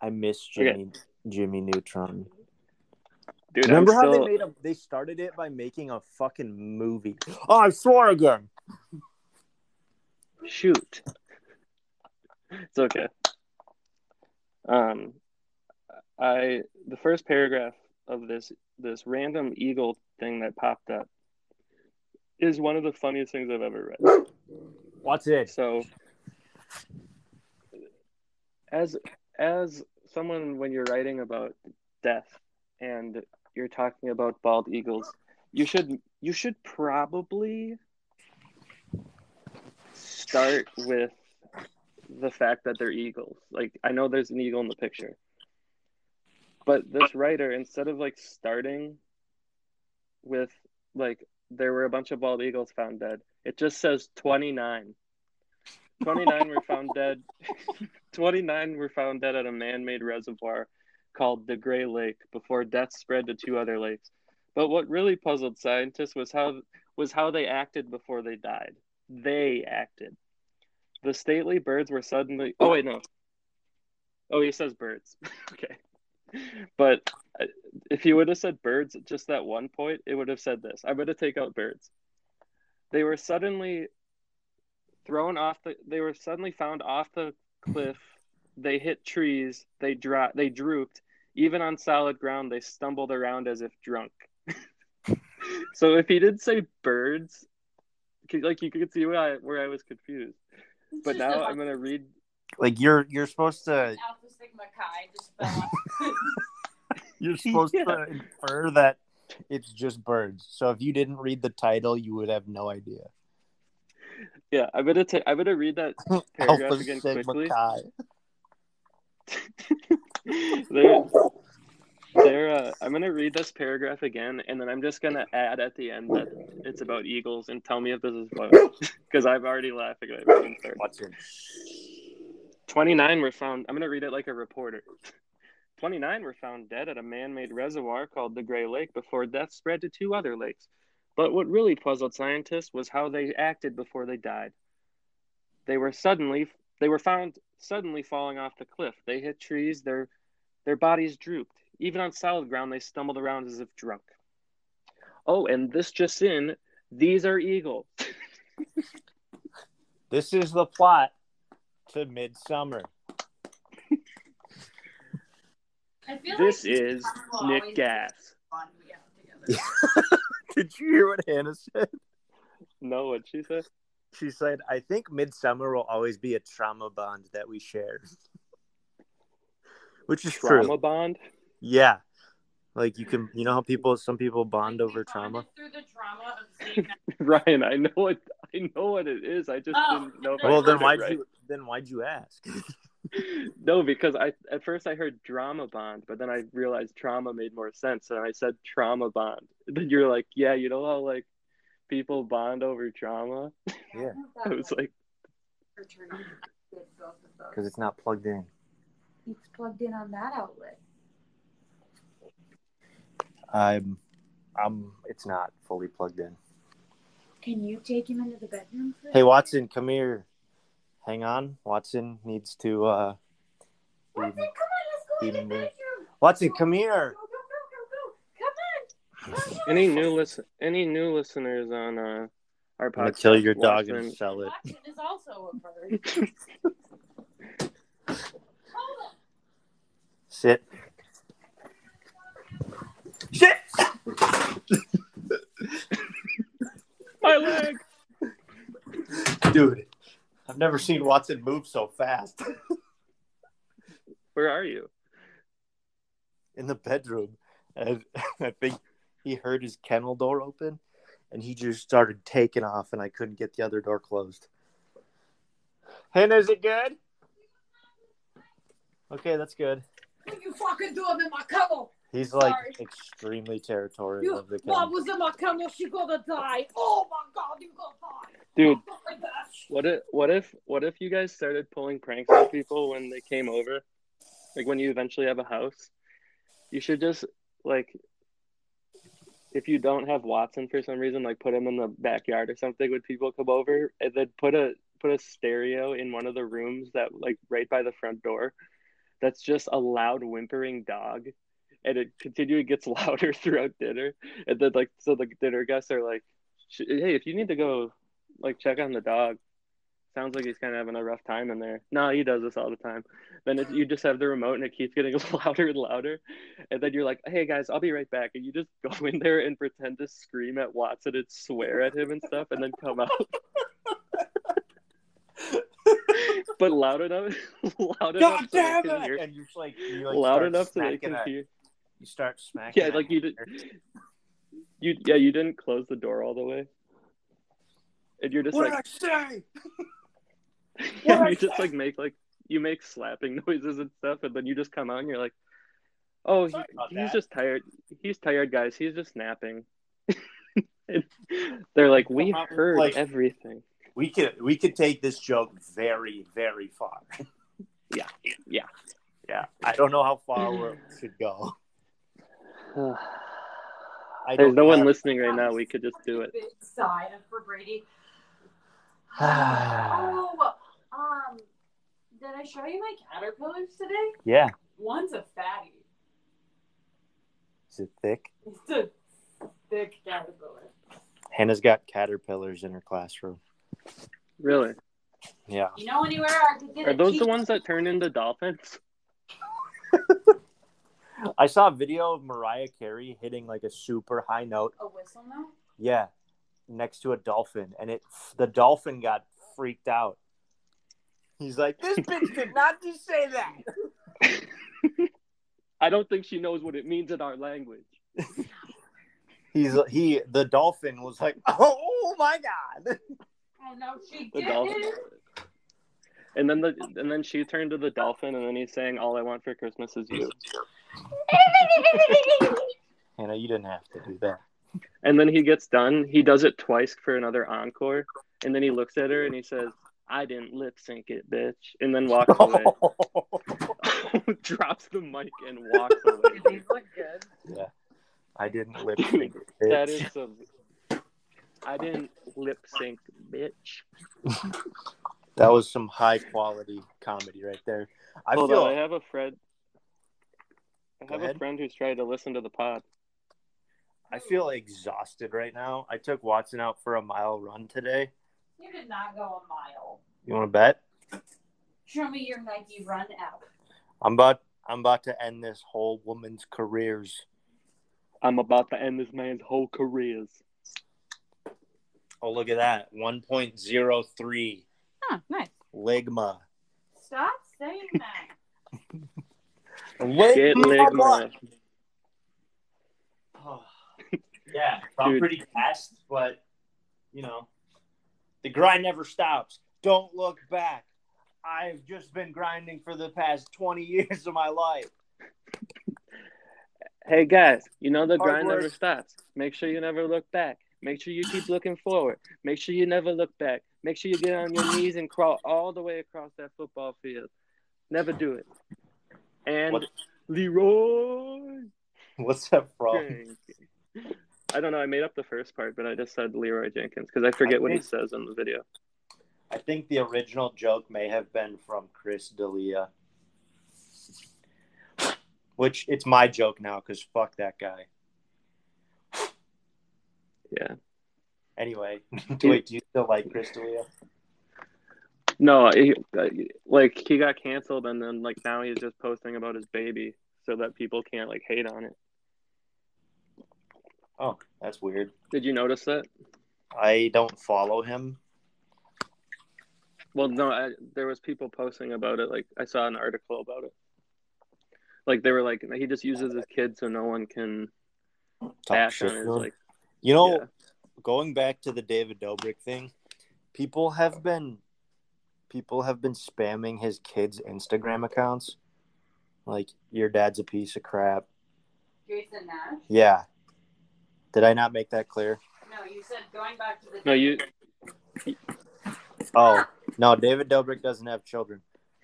B: I miss
A: Okay.
B: Jimmy, Jimmy Neutron.
A: Dude, I'm
B: Remember how
A: still-
B: they made a, they started it by making a fucking movie? Oh, I swore again.
A: shoot. It's okay. Um, I the first paragraph of this this random eagle thing that popped up is one of the funniest things I've ever read.
B: What's it?
A: So, as as someone, when you're writing about death and you're talking about bald eagles, you should you should probably start with the fact that they're eagles. Like I know there's an eagle in the picture. But this writer instead of like starting with like there were a bunch of bald eagles found dead, it just says 29. 29 were found dead. 29 were found dead at a man-made reservoir called the Gray Lake before death spread to two other lakes. But what really puzzled scientists was how was how they acted before they died. They acted. The stately birds were suddenly. Oh wait, no. Oh, he says birds. okay, but uh, if he would have said birds at just that one point, it would have said this. I'm going to take out birds. They were suddenly thrown off the. They were suddenly found off the cliff. They hit trees. They dro- They drooped. Even on solid ground, they stumbled around as if drunk. so if he did say birds, like you could see where I, where I was confused.
C: It's
A: But
C: just
A: now
C: a-
A: I'm gonna read.
B: Like you're you're supposed to
C: Alpha Sigma Chi just fell off.
B: you're supposed
A: Yeah.
B: to infer that it's just birds. So if you didn't read the title, you would have no idea.
A: Yeah, I'm gonna take. I'm gonna read that paragraph
B: Alpha
A: again
B: Sigma
A: quickly.
B: Chi.
A: There- there, uh, I'm gonna read this paragraph again, and then I'm just gonna add at the end that it's about eagles, and tell me if this is what because I'm already laughing. At everything. Sorry.
B: What's your
A: 29 were found. I'm going to read it like a reporter. 29 were found dead at a man made reservoir called the Gray Lake before death spread to two other lakes. But what really puzzled scientists was how they acted before they died. They were suddenly they were found suddenly falling off the cliff. They hit trees, their their bodies drooped. Even on solid ground they stumbled around as if drunk. Oh, and this just in, these are eagles.
B: This is the plot to Midsummer.
C: I feel
A: This
C: like
A: is
C: We'll
A: Nick
C: always
A: Gass.
C: bond we have together.
B: Did you hear what Hannah said?
A: No, what she said?
B: She said, "I think Midsummer will always be a trauma bond that we share," which is
A: Trauma
B: true.
A: bond.
B: Yeah, like you can, you know how people, some people bond
C: Like, we
B: over trauma.
C: bonded Through the trauma of seeing that.
A: Ryan, I know what I know what it is. I just
C: Oh.
A: didn't know. If I
B: Well, then
A: heard it
B: why'd
A: right.
B: you then why'd you ask?
A: No, because I at first I heard drama bond, but then I realized trauma made more sense, and I said trauma bond. Then you're like, yeah, you know how like people bond over trauma.
B: Yeah.
A: I was like,
C: Return on- I did both of those.
B: Because it's not plugged in.
C: It's plugged in on that outlet.
B: I'm, I'm. It's not fully plugged in.
C: Can you take him into the bedroom? For
B: Hey Watson, come here. Hang on. Watson needs to. uh
C: Watson, come on, let's go in the
B: Even-
C: bedroom.
B: Watson, come here.
C: Go, go, go, go, go. Come on. Come on.
A: any new listen, any new listeners on uh, our podcast?
B: I'm gonna kill your dog
A: Watson-
B: and sell it.
C: Watson is also a bird. Hold on.
B: Sit. Shit.
A: My leg.
B: Dude, I've never seen Watson move so fast
A: Where are you?
B: in the bedroom. And I think he heard his kennel door open and he just started taking off, and I couldn't get the other door closed. Hannah, is it good? Okay, that's good.
C: What you fucking doing in my cuddle?
B: He's like
C: Sorry.
B: extremely territorial
C: You
B: of the
C: mom
B: kennel.
C: was in my cuddle. She gonna die. Oh my god, you gonna die.
A: Dude,
C: Oh my gosh.
A: What if what if what if you guys started pulling pranks on people when they came over? Like when you eventually have a house? You should just like if you don't have Watson for some reason, like put him in the backyard or something when people come over and then put a put a stereo in one of the rooms that like right by the front door that's just a loud whimpering dog and it continually gets louder throughout dinner and then like so the dinner guests are like "Sh- hey if you need to go like check on the dog sounds like he's kind of having a rough time in there no he does this all the time then it, you just have the remote and it keeps getting louder and louder and then you're like hey guys i'll be right back and you just go in there and pretend to scream at watson and swear at him and stuff and then come out but loud enough loud enough so they can hear-
B: And you're just like, you like
A: loud
B: start
A: enough so they
B: smacking
A: can
B: at-
A: hear
B: You start smacking.
A: yeah
B: at
A: like you did
B: her.
A: you yeah you didn't close the door all the way and you're just like
B: I say?
A: you just like make like you make slapping noises and stuff, and then you just come out and you're like, "Oh, he,
B: Sorry about
A: he's
B: that.
A: just tired. He's tired, guys. He's just napping." And they're like, "We've
B: out with,
A: heard
B: like-
A: everything."
B: We could we could take this joke very very far.
A: Yeah, yeah.
B: yeah. I don't know how far we should go. I
A: There's
B: don't
A: no one
B: have-
A: listening right now. We could just do it.
C: Big sigh for Brady.
B: yeah.
C: oh, um, did I show you my caterpillars today? One's a fatty.
B: Is it thick?
C: It's a thick caterpillar.
B: Hannah's got caterpillars in her classroom.
A: Really?
B: Yeah.
C: You know anywhere I could get
A: Are
C: a
A: those the
C: cheap-
A: ones that turn into dolphins?
B: I saw a video of Mariah Carey hitting like a super high note.
C: a whistle now?
B: Yeah. Next to a dolphin. And it the dolphin got freaked out. He's like, This bitch did not just say that.
A: I don't think she knows what it means in our language.
B: He's uh, he the dolphin was like, Oh my god.
C: Oh no, she
A: The
C: did.
A: dolphin. And then the and then she turned to the dolphin, and then he's saying, "All I want for Christmas is you."
B: Hannah, you didn't have to do that.
A: And then he gets done. He does it twice for another encore, and then he looks at her and he says, "I didn't lip sync it, bitch," and then walks away. Drops the mic and walks away.
C: These look good.
B: I didn't lip sync it. bitch.
A: That is some. I didn't lip sync, bitch.
B: That was some high quality comedy right there. I
A: Hold
B: feel
A: on, I have a friend. I
B: Go
A: have a
B: ahead.
A: friend who's tried to listen to the pod.
B: I feel exhausted right now. I took Watson out for a mile run today.
C: You did not go a mile.
B: You want to bet?
C: Show me your Nike run app.
B: I'm about I'm about to end this whole woman's careers.
A: I'm about to end this man's whole careers.
B: Oh, look at that. 1.03
C: Huh, nice.
B: Ligma.
C: Stop saying that.
A: Get Ligma. Oh,
B: yeah, I'm
A: Dude.
B: pretty fast, but you know, the grind never stops. Don't look back. I've just been grinding for the past 20 years of my life.
A: Hey guys, you know the
B: Hard
A: grind never
B: work.
A: stops. Make sure you never look back. Make sure you keep looking forward. Make sure you never look back. Make sure you get on your knees and crawl all the way across that football field. Never do it. And
B: What-
A: Leroy
B: What's that
A: Oh.
B: from?
A: Jenkins. I don't know. I made up the first part, but I just said Leroy Jenkins because I forget
B: I
A: what he
B: think-
A: says in the video.
B: I think the original joke may have been from Chris D'Elia. Which it's my joke now because fuck that guy.
A: Yeah.
B: Anyway, wait, do you still like Chris D'Elia?
A: No, he, uh, like he got canceled, and then like now he's just posting about his baby so that people can't like hate on it.
B: Oh, that's weird.
A: Did you notice that?
B: I don't follow him.
A: Well, no, I, there was people posting about it. Like I saw an article about it. Like they were like, he just uses his kid so no one can
B: Talk
A: bash
B: shit
A: on his
B: to him.
A: like.
B: You know,
A: Yeah.
B: going back to the David Dobrik thing, people have been people have been spamming his kids' Instagram accounts. Like your dad's a piece of crap.
C: Jason Nash?
B: Yeah. Did I not make that clear?
C: No, you said going back to the.
A: No, you.
B: Oh, no, David Dobrik doesn't have children.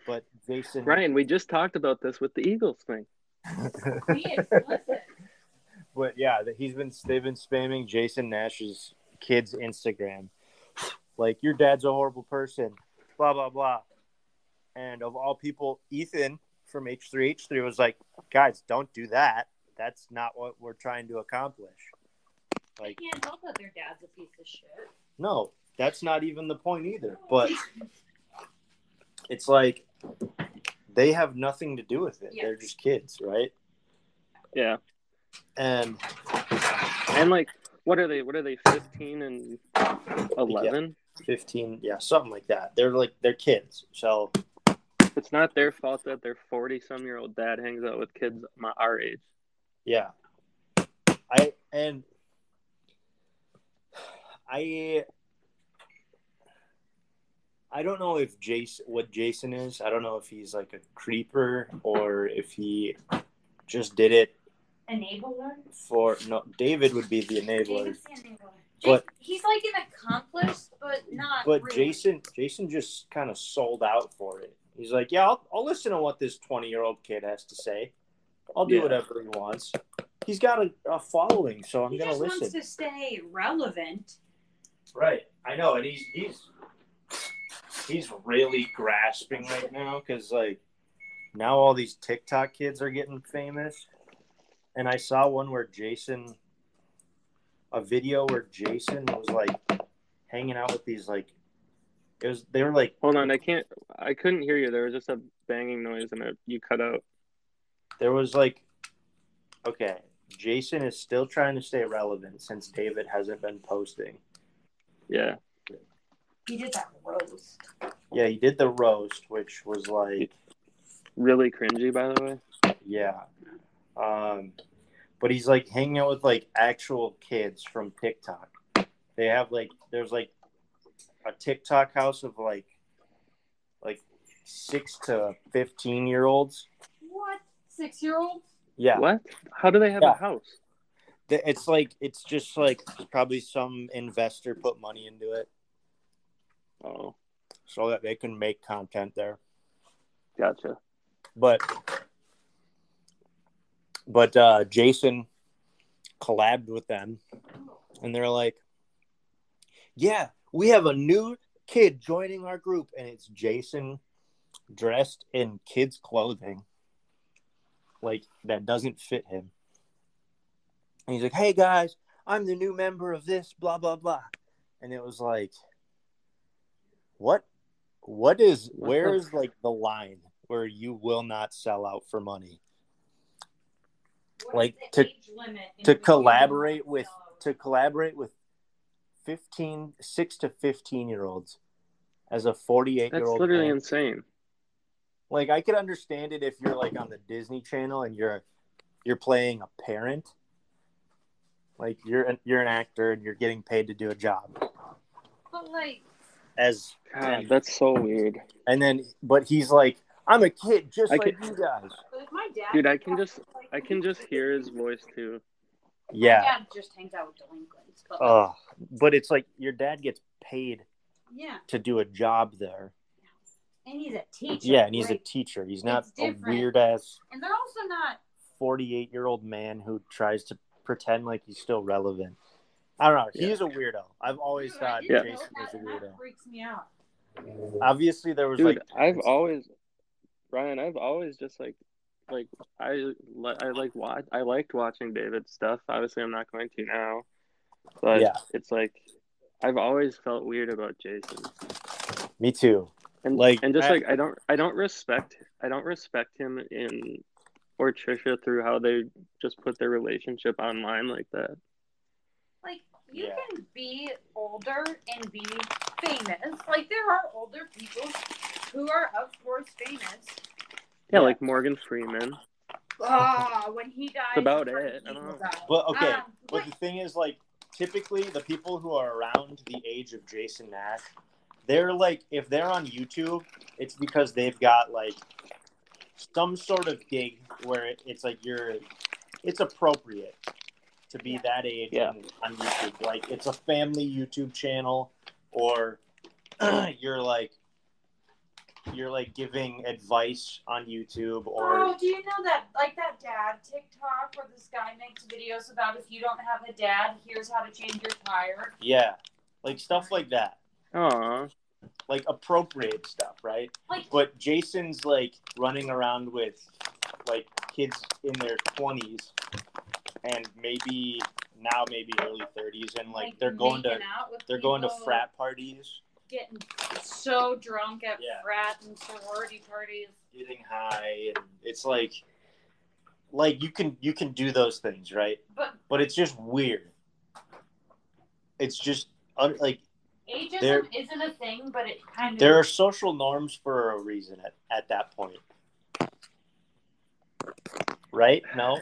B: But Jason
A: Ryan, we just talked about this with the Eagles thing.
C: Be explicit.
B: But yeah, that he's been they've been spamming Jason Nash's kids Instagram. Like your dad's a horrible person, blah blah blah. And of all people, Ethan from H3H3 was like, "Guys, don't do that. That's not what we're trying to accomplish."
C: They
B: Like,
C: can't help that their dad's a piece of shit.
B: no, that's not even the point either. But it's like they have nothing to do with it. They're just kids, right?
A: Yeah,
B: And
A: and like, what are they? What are they? Fifteen and eleven.
B: 15, yeah, something like that. They're like they're kids. So,
A: It's not their fault that their forty-some-year-old dad hangs out with kids my our age.
B: Yeah. I and I I don't know if Jason what Jason is. I don't know if he's like a creeper or if he just did it
C: Enabler?
B: for no. David would be the enabler,
C: David's the enabler.
B: But-
C: But, he's like an accomplice, but not.
B: but
C: really.
B: Jason Jason just kind of sold out for it. He's like, yeah, I'll, I'll listen to what this twenty year old kid has to say. I'll do
A: Yeah.
B: whatever he wants. He's got a, a following, so I'm
C: he
B: gonna
C: just
B: listen.
C: wants to stay relevant.
B: Right. I know, and he's he's he's really grasping right now because like now all these TikTok kids are getting famous, and I saw one where Jason, a video where Jason was like hanging out with these like it was they were like
A: Hold on, I can't. I couldn't hear you. There was just a banging noise, and it, you cut out.
B: there was like okay Jason is still trying to stay relevant since David hasn't been posting.
A: Yeah,
C: He did that roast.
B: Yeah, he did the roast, which was like
A: really cringy, by the way.
B: Yeah. Um, but he's like hanging out with like actual kids from TikTok. They have like there's like a TikTok house of like like six to fifteen year olds.
C: What? Six year old?
B: Yeah.
A: What? How do they have
B: Yeah.
A: a house?
B: Th- It's like it's just like probably some investor put money into it
A: Oh,
B: so that they can make content there.
A: gotcha.
B: but but uh, Jason collabed with them, and they're like, "Yeah, we have a new kid joining our group, and it's Jason dressed in kids' clothing, like that doesn't fit him." And he's like, "Hey guys, I'm the new member of this, blah blah blah," and it was like, "What? What is?
A: What
B: Where
A: the-
B: is like the line where you will not sell out for money?"
C: What
B: Like,
C: is the
B: to-
C: age limit in
B: to
C: which you
B: collaborate
C: can
B: with
C: sell?
B: to collaborate with 15 6 to 15 year olds as a 48 year
A: That's
B: old
A: literally insane.
B: like i could understand it if you're like on the disney channel and you're you're playing a parent like you're an, you're an actor and you're getting paid to do a job
C: But like,
B: as
A: God, that's so weird,
B: and then but he's like i'm a kid just
A: I
B: like you guys
C: but if my dad.
A: dude. I can just, I can just hear his voice too.
C: Yeah.
B: yeah Uh.
C: dad just hangs out with delinquents. But like,
B: Ugh. but it's like your dad gets paid
C: yeah,
B: to do a job there
C: and he's a teacher.
B: Yeah, and he's a
C: like,
B: teacher. He's not
C: It's
B: a
C: different.
B: weird ass
C: and they're also not.
B: 48 year old man who tries to pretend like he's still relevant. I don't know. He
A: Yeah.
B: is a weirdo. I've always
C: Dude, I
B: thought
C: didn't know
B: Jason
C: that,
B: was a
C: and that
B: weirdo.
C: freaks me out.
B: Obviously, there was
A: Dude,
B: like
A: I've always, Ryan, I've always just like, like I, li- I like watch, I liked watching David's stuff. Obviously, I'm not going to now, but
B: Yeah.
A: it's like, I've always felt weird about Jason,
B: me too.
A: and
B: Like,
A: like, and just
B: I-
A: like I don't, I don't respect, I don't respect him in, or Trisha through how they just put their relationship online like that.
C: Like you
B: Yeah.
C: can be older and be famous. Like there are older people who are of course famous.
A: Yeah,
B: Yeah.
A: like Morgan Freeman.
C: Ah, when he died.
A: about
C: Kurt
A: it, I
C: Cobain
A: don't know.
C: died.
B: But okay,
C: Ah,
B: but
C: wait,
B: the thing is, like, typically the people who are around the age of Jason Nash, they're like, if they're on YouTube, it's because they've got like some sort of gig where it, it's like you're, it's appropriate to be
C: Yeah.
B: that age
A: Yeah.
B: and on YouTube. Like, it's a family YouTube channel, or you're like, you're like giving advice on YouTube, or
C: Oh, do you know that like that dad TikTok where this guy makes videos about if you don't have a dad, here's how to change your tire.
B: yeah, like stuff like that.
A: Aw,
B: like appropriate stuff, right?
C: Like
B: But Jason's like running around with like kids in their twenties and maybe now maybe early thirties and like, they're going to
C: making out with
B: they're going to
C: people,
B: frat parties,
C: getting so drunk at
B: Yeah.
C: frat and sorority parties.
B: getting high and it's like like you can you can do those things, right?
C: But
B: But it's just weird. It's just un- like
C: ageism
B: There-
C: isn't a thing, but it kind of
B: there are social norms for a reason at, at that point. Right? No?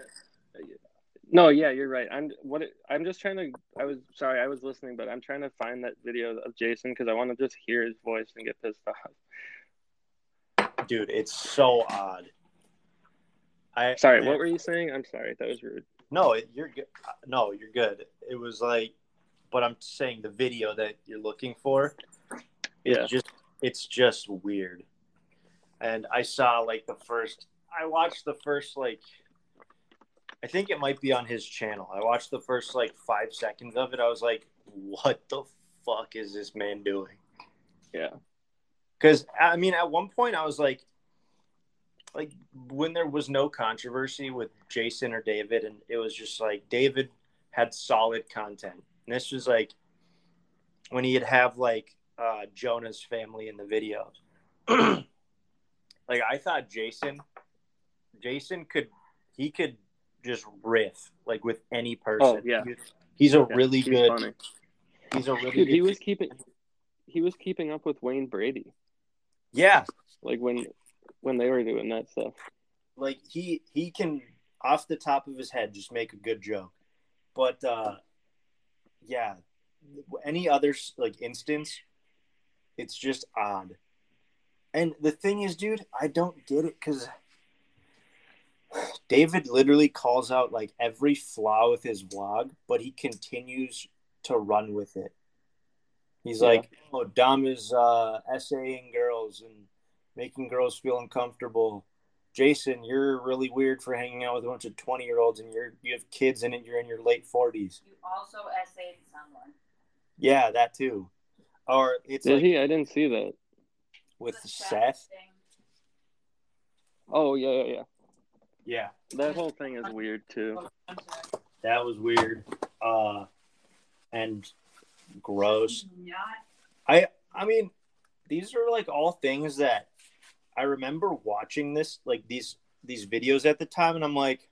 A: No, yeah, you're right. I'm what it, I'm just trying to. I was sorry, I was listening, but I'm trying to find that video of Jason because I want to just hear his voice and get pissed off.
B: Dude, it's so odd. I
A: Sorry,
B: I-
A: what were you saying? I'm sorry, that was rude.
B: No, it- you're good. No, you're good. It was like, but I'm saying the video that you're looking for. is
A: Yeah.
B: just it's just weird. And I saw like the first. I watched the first like. I think it might be on his channel. I watched the first like five seconds of it. I was like, "What the fuck is this man doing?"
A: Yeah.
B: Because I mean, at one point, I was like, like when there was no controversy with Jason or David, and it was just like David had solid content. And this was like when he'd have like uh, Jonah's family in the video. like I thought Jason, Jason could he could just riff like with any person.
A: Oh, yeah.
B: He- he's a
A: Yeah,
B: really
A: he's
B: good.
A: funny.
B: He's a really
A: Dude,
B: good.
A: he was keeping he was keeping up with Wayne Brady,
B: yeah,
A: like when when they were doing that stuff.
B: like he he can off the top of his head just make a good joke but uh yeah any other like instance it's just odd and the thing is dude i don't get it because david literally calls out like every flaw with his vlog but he continues to run with it he's
A: Yeah.
B: like oh dom is uh essaying girls and making girls feel uncomfortable Jason, you're really weird for hanging out with a bunch of twenty year olds and you're you have kids and you're in your late forties.
C: You also essayed someone.
B: Yeah, that too. Or it's
A: Did
B: like
A: he? I didn't see that.
B: with
C: The Seth
B: Seth.
C: thing.
A: Oh yeah, yeah, yeah.
B: Yeah,
A: That whole thing is weird too.
C: I'm sorry.
B: that was weird. Uh, and gross.
C: Not
B: I mean, these are like all things that I remember watching this like these these videos at the time, and I'm like,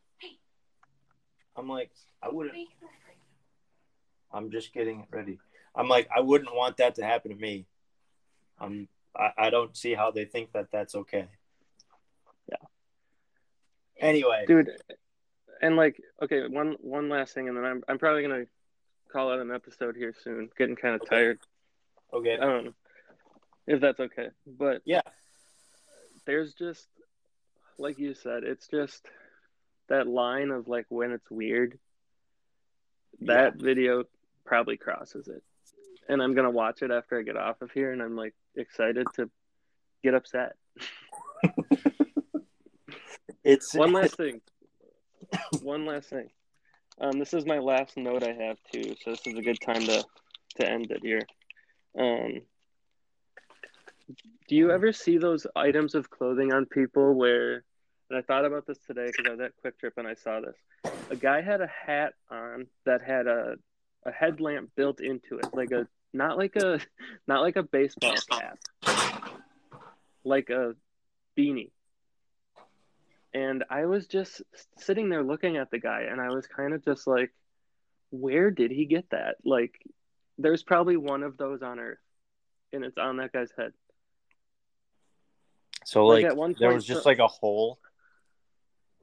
B: I'm like, I wouldn't. I'm just getting it ready. I'm like, I wouldn't want that to happen to me. Um, I, I don't see how they think that that's okay. Anyway,
A: dude and like okay one one last thing and then i'm, I'm probably gonna call out an episode here soon getting kind of
B: Okay.
A: tired
B: okay,
A: i don't know if that's okay but
B: yeah,
A: there's just like you said it's just that line of like when it's weird that video probably crosses it and i'm gonna watch it after i get off of here and i'm like excited to get upset
B: it's
A: one last thing. One last thing. Um, this is my last note I have too, so this is a good time to to end it here. Um, do you ever see those items of clothing on people where? And I thought about this today because I was at Quick Trip and I saw this. A guy had a hat on that had a a headlamp built into it, like a not like a not like a baseball cap, like a beanie and I was just sitting there looking at the guy, and I was kind of just like, "Where did he get that?" Like, there's probably one of those on Earth, and it's on that guy's head.
B: so
A: like,
B: like,
A: at one
B: there
A: point,
B: was just
A: so-
B: like a hole.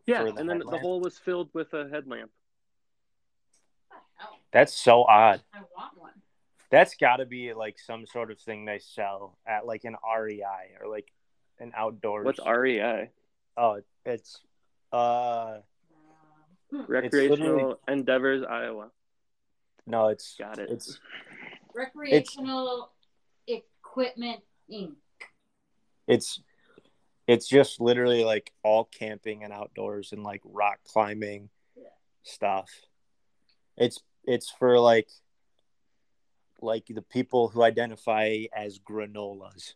A: Yeah,
B: For
A: and
B: the
A: then the
B: headlamp?
A: hole was filled with a headlamp.
C: What the hell?
B: That's so odd.
C: I want one.
B: That's got to be like some sort of thing they sell at like an REI or like an outdoors.
A: What's E REI?
B: Oh, it's uh
C: Um,
A: Recreational Endeavors, Iowa.
B: no, it's
A: Got it.
B: it's
C: Recreational equipment Inc.
B: it's it's just literally like all camping and outdoors and like rock climbing
C: Yeah.
B: stuff it's it's for like like the people who identify as granolas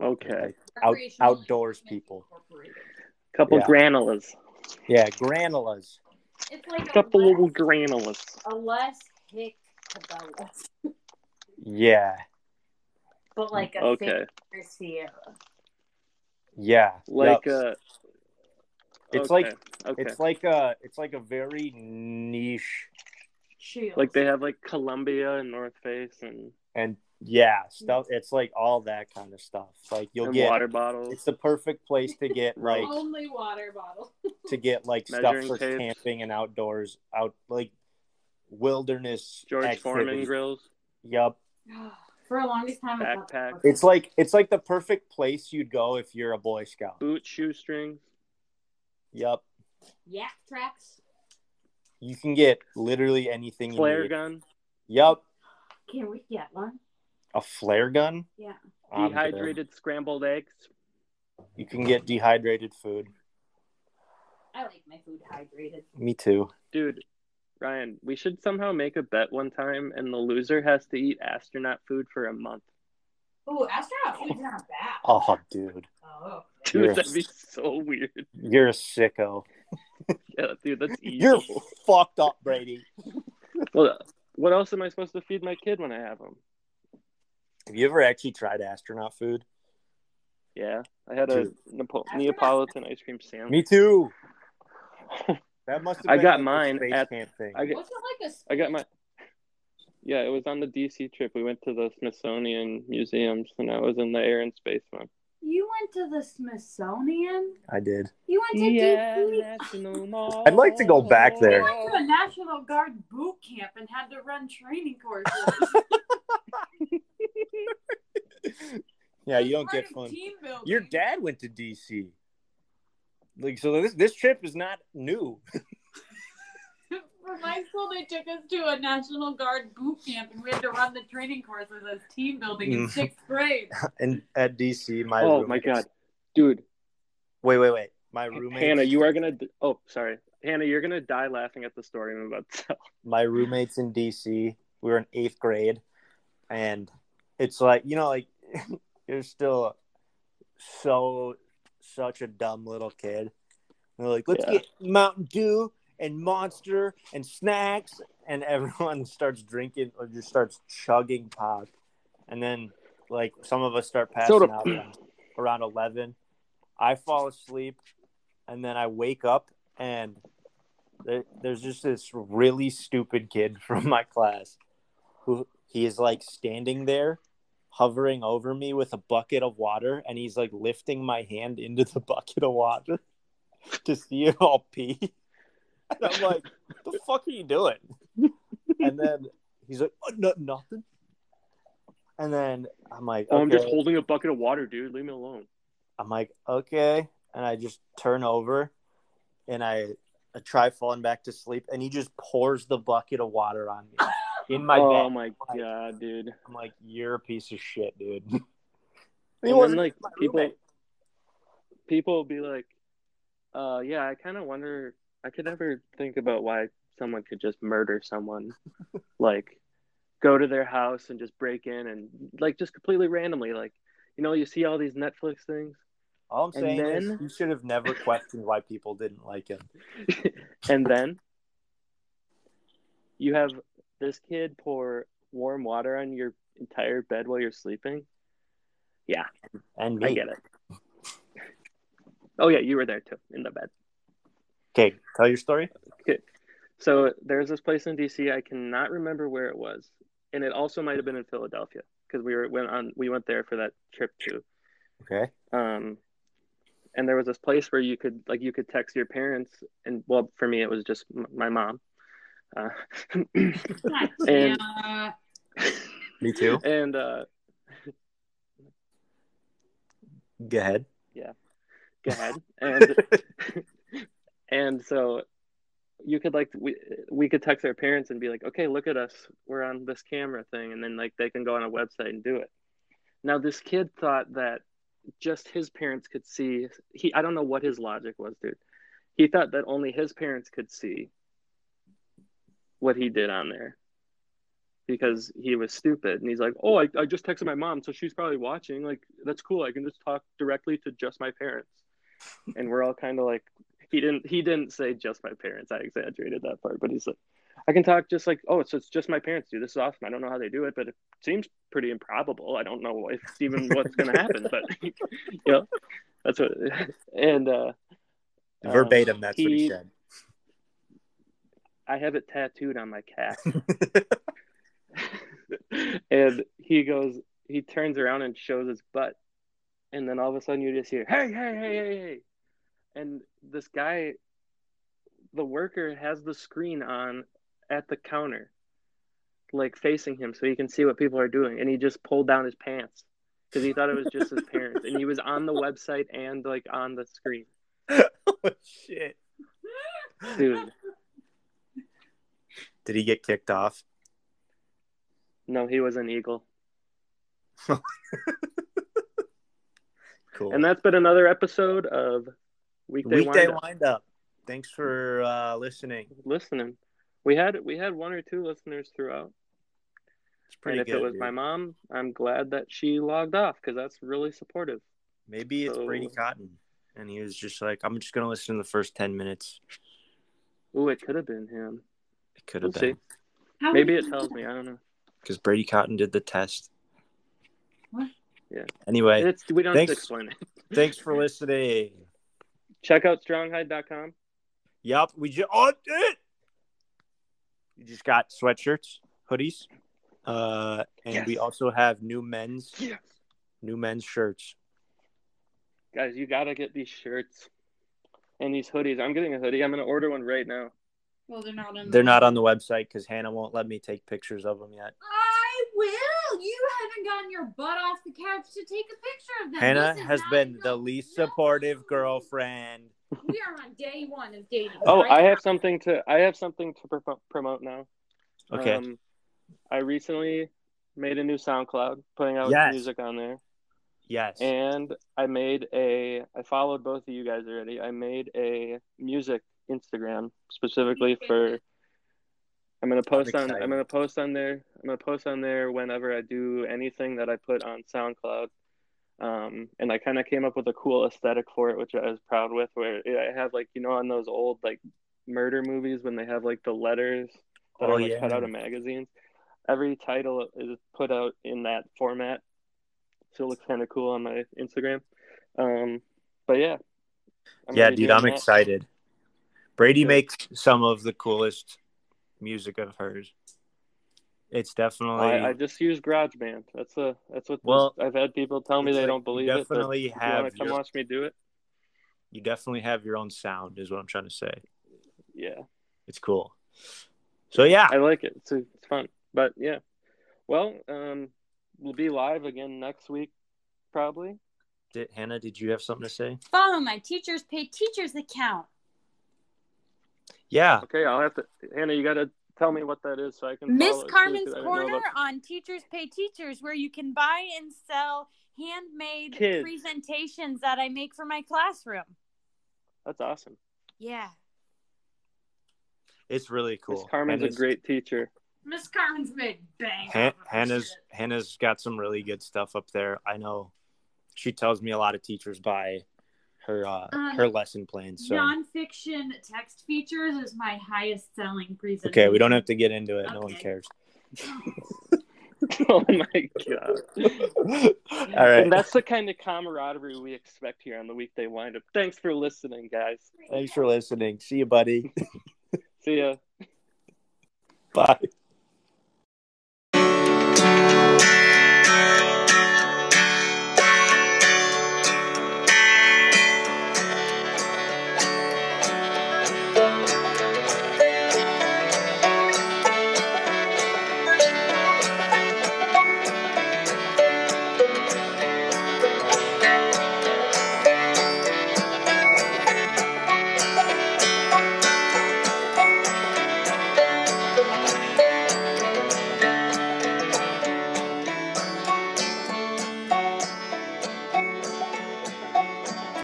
A: Okay,
B: Out-
C: Recreational
B: outdoors
C: Equipment
B: people.
C: Incorporated.
A: couple
B: Yeah.
A: granulas,
B: yeah granolas
C: It's like
A: couple
C: a,
A: little
C: less,
A: granulas.
C: a less hick Cabela's,
B: yeah
C: but like a
A: Okay,
C: thicker Sierra.
B: yeah
A: like
B: Yup.
A: uh,
B: It's
A: okay,
B: like-
A: okay,
B: it's like a it's like a very niche
C: Shields.
A: like they have like Columbia and North Face and
B: and yeah, stuff. It's like all that kind of stuff. Like you'll
A: and
B: get.
A: water bottles.
B: It's the perfect place to get like
C: Only water bottle.
B: to get like
A: Measuring
B: stuff for
A: tapes.
B: camping and outdoors out like wilderness.
A: George Foreman
B: activities.
A: grills.
B: Yup.
C: For a longest time, I thought-
A: Backpack.
B: It's like it's like the perfect place you'd go if you're a Boy Scout.
A: Boot shoestrings.
B: Yup.
C: yak tracks.
B: You can get literally anything you
A: Flare
B: need.
A: gun.
B: Yup.
C: Can we get one?
B: A flare gun?
C: Yeah.
B: I'm good.
A: Dehydrated scrambled eggs.
B: You can get dehydrated food.
C: I like my food hydrated.
B: Me too.
A: Dude, Ryan, we should somehow make a bet one time and the loser has to eat astronaut food for a month.
C: Ooh, astronaut food's not bad.
B: Oh, dude.
C: Oh.
A: Dude,
B: Yes.
A: that'd be so weird.
B: You're a sicko.
A: Yeah, dude, that's
B: You're
A: evil.
B: fucked up, Brady.
A: Well, what else am I supposed to feed my kid when I have him?
B: Have you ever actually tried astronaut food?
A: Yeah, I had a
B: Dude.
A: Nepo- Neapolitan ice cream sandwich.
B: Me too. That must have
A: Um, I
B: been
A: got
B: like the
A: mine
B: space
A: at-
B: camp thing.
A: I get-
C: What's it like a
A: I got my. Yeah, it was on the DC trip. We went to the Smithsonian museums, and I was in the Air and Space one.
C: You went to the Smithsonian?
B: I did.
C: You went to DC?
B: I'd like to go back
C: You
B: there.
C: went to a National Guard boot camp and had to run training courses.
B: Yeah, you don't get
C: Part
B: fun.
C: of team building.
B: Your dad went to DC. Like so this this trip is not new.
C: For my school, they took us to a National Guard boot camp, and we had to run the training courses as team building in
B: Mhm.
C: sixth grade.
B: And at DC my
A: Oh my god,
B: roommates-
A: dude,
B: Wait, wait, wait. My roommate
A: Hannah, you are gonna. d- Oh, sorry, Hannah, you're gonna die laughing at the story I'm about to tell.
B: my roommates in DC. We were in eighth grade, and it's like you know, like you're still so such a dumb little kid. And they're like, let's
A: Yeah.
B: get Mountain Dew and Monster and snacks, and everyone starts drinking or just starts chugging pop, and then like some of us start passing
A: Soda.
B: out around, around eleven. I fall asleep, and then I wake up and there, there's just this really stupid kid from my class who he is like standing there hovering over me with a bucket of water and he's like lifting my hand into the bucket of water to see if I'll pee. And I'm like, the fuck are you doing? And then he's like, oh, no, nothing. And then I'm like,
A: Oh, I'm just
B: "Okay."
A: holding a bucket of water, dude. Leave me alone.
B: I'm like, okay. And I just turn over and I, I try falling back to sleep. And he just pours the bucket of water on me in my
A: oh
B: bed.
A: my god, dude.
B: I'm like, you're a piece of shit, dude.
A: And then,
B: wasn't
A: like
B: my
A: people,
B: roommate.
A: people will be like, uh, yeah, I kind of wonder. I could never think about why someone could just murder someone, like go to their house and just break in and like just completely randomly, like you know, you see all these Netflix things,
B: All
A: And
B: I'm saying is,
A: then-
B: you should have never questioned why people didn't like him.
A: and then you have this kid pour warm water on your entire bed while you're sleeping.
B: And me.
A: I get it. Oh yeah, you were there too in the bed.
B: Okay, tell your story.
A: So there's this place in DC. I cannot remember where it was, and it also might have been in Philadelphia because we were went on we went there for that trip too.
B: Okay.
A: Um, and there was this place where you could like you could text your parents, and well, for me it was just m- my mom. Uh, And-
C: Yeah.
B: Me too.
A: and uh,
B: Go ahead.
A: go ahead and and so you could like we we could text our parents and be like okay look at us we're on this camera thing and then like they can go on a website and do it now this kid thought that just his parents could see he i don't know what his logic was dude he thought that only his parents could see what he did on there because he was stupid and he's like oh I, I just texted my mom so she's probably watching like that's cool i can just talk directly to just my parents and we're all kind of like he didn't he didn't say just my parents i exaggerated that part but he's like i can talk just like oh so it's just my parents do this is awesome i don't know how they do it but it seems pretty improbable i don't know if it's even what's going to happen but you know that's what and uh um,
B: Verbatim, that's what he
A: he-
B: said.
A: I have it tattooed on my calf. and he goes, he turns around and shows his butt, and then all of a sudden you just hear, "Hey, hey, hey, hey, hey!" And this guy, the worker, has the screen on at the counter, like facing him, so he can see what people are doing, and he just pulled down his pants because he thought it was just his parents, and he was on the website and like on the screen,
B: oh shit!
A: dude.
B: Did he get kicked off?
A: No, he was an eagle.
B: Cool.
A: And that's been another episode of Weekday,
B: Weekday
A: Wind-Up.
B: wind up. Thanks for uh, listening.
A: listening. We had we had one or two listeners throughout.
B: It's pretty
A: and if
B: good.
A: it was
B: dude.
A: my mom, I'm glad that she logged off because that's really supportive.
B: Maybe it's
A: So-
B: Brady Cotton, and he was just like, "I'm just gonna listen to the first ten minutes."
A: Ooh, it could have been him.
B: It could
A: We'll
B: have
A: see.
B: been
C: How
A: Maybe
C: would
A: it
C: you-
A: tells me. I don't know.
B: because Brady Cotton did the test.
C: What?
A: Yeah.
B: Anyway,
A: It's we don't have
B: thanks.
A: to explain it.
B: thanks for listening.
A: Check out stronghide.com.
B: Yup, we just oh, it. We just got sweatshirts, hoodies, uh, and we
A: Yes.
B: also have new men's
A: Yes.
B: new men's shirts.
A: Guys, you gotta get these shirts and these hoodies. I'm getting a hoodie. I'm gonna order one right now.
C: Well, they're not on.
B: They're not on the website because Hannah won't let me take pictures of them yet.
C: I will. You haven't gotten your butt off the couch to take a picture of them.
B: Hannah
C: This is
B: has
C: not
B: been
C: enough.
B: the least
C: No.
B: supportive girlfriend.
C: We are on day one of dating.
A: Oh,
C: right
A: I have
C: now.
A: something to I have something to pro- promote now.
B: Okay.
A: Um, I recently made a new SoundCloud, putting out
B: Yes.
A: music on there.
B: yes.
A: And I made a, I followed both of you guys already. I made a music Instagram specifically for, I'm going to post on, I'm
B: excited.
A: going to post on there. I'm going to post on there whenever I do anything that I put on SoundCloud. Um, and I kind of came up with a cool aesthetic for it, which I was proud with, where I have like, you know, on those old like murder movies when they have like the letters that
B: Oh,
A: are like
B: yeah.
A: cut out of magazines. Every title is put out in that format, so it looks kind of cool on my Instagram. Um, but yeah, I'm
B: yeah,
A: gonna be
B: dude,
A: doing
B: I'm
A: that.
B: excited. Brady
A: Good.
B: makes some of the coolest music of hers. It's definitely
A: I, I just use GarageBand. That's a that's what
B: Well,
A: I've had people tell me
B: it's
A: they
B: like
A: don't believe
B: you
A: it. But if
B: definitely
A: you want
B: have
A: to come
B: your,
A: watch me do it?
B: you definitely have your own sound is what I'm trying to say.
A: Yeah,
B: It's cool. So yeah,
A: I like it. It's it's fun. But yeah, well, um, we'll be live again next week, probably.
B: did, Hannah, did you have something to say?
C: Follow my teachers pay teachers account.
B: Yeah,
A: Okay, I'll have to. Hannah, you got to tell me what that is so I can.
C: Miss
A: follow it, too, 'cause I
C: Carmen's
A: didn't know
C: Corner
A: about-
C: on Teachers Pay Teachers, where you can buy and sell handmade
A: Kids.
C: presentations that I make for my classroom.
A: That's awesome.
C: Yeah.
B: it's really cool.
A: Miss Carmen's a
B: Hannah's-
A: great teacher.
C: Miss Carmen's made bang.
B: Han- Hannah's Hannah's got some really good stuff up there. I know she tells me a lot of teachers buy her uh,
C: Um,
B: her lesson plans. So
C: Nonfiction text features is my highest selling presentation.
B: okay, we don't have to get into it. No one
C: Okay.
B: cares.
A: oh my god.
B: All right.
A: And that's the kind of camaraderie we expect here on the weekday windup. Thanks for listening, guys.
B: Thanks for listening. See you, buddy.
A: See ya.
B: Bye.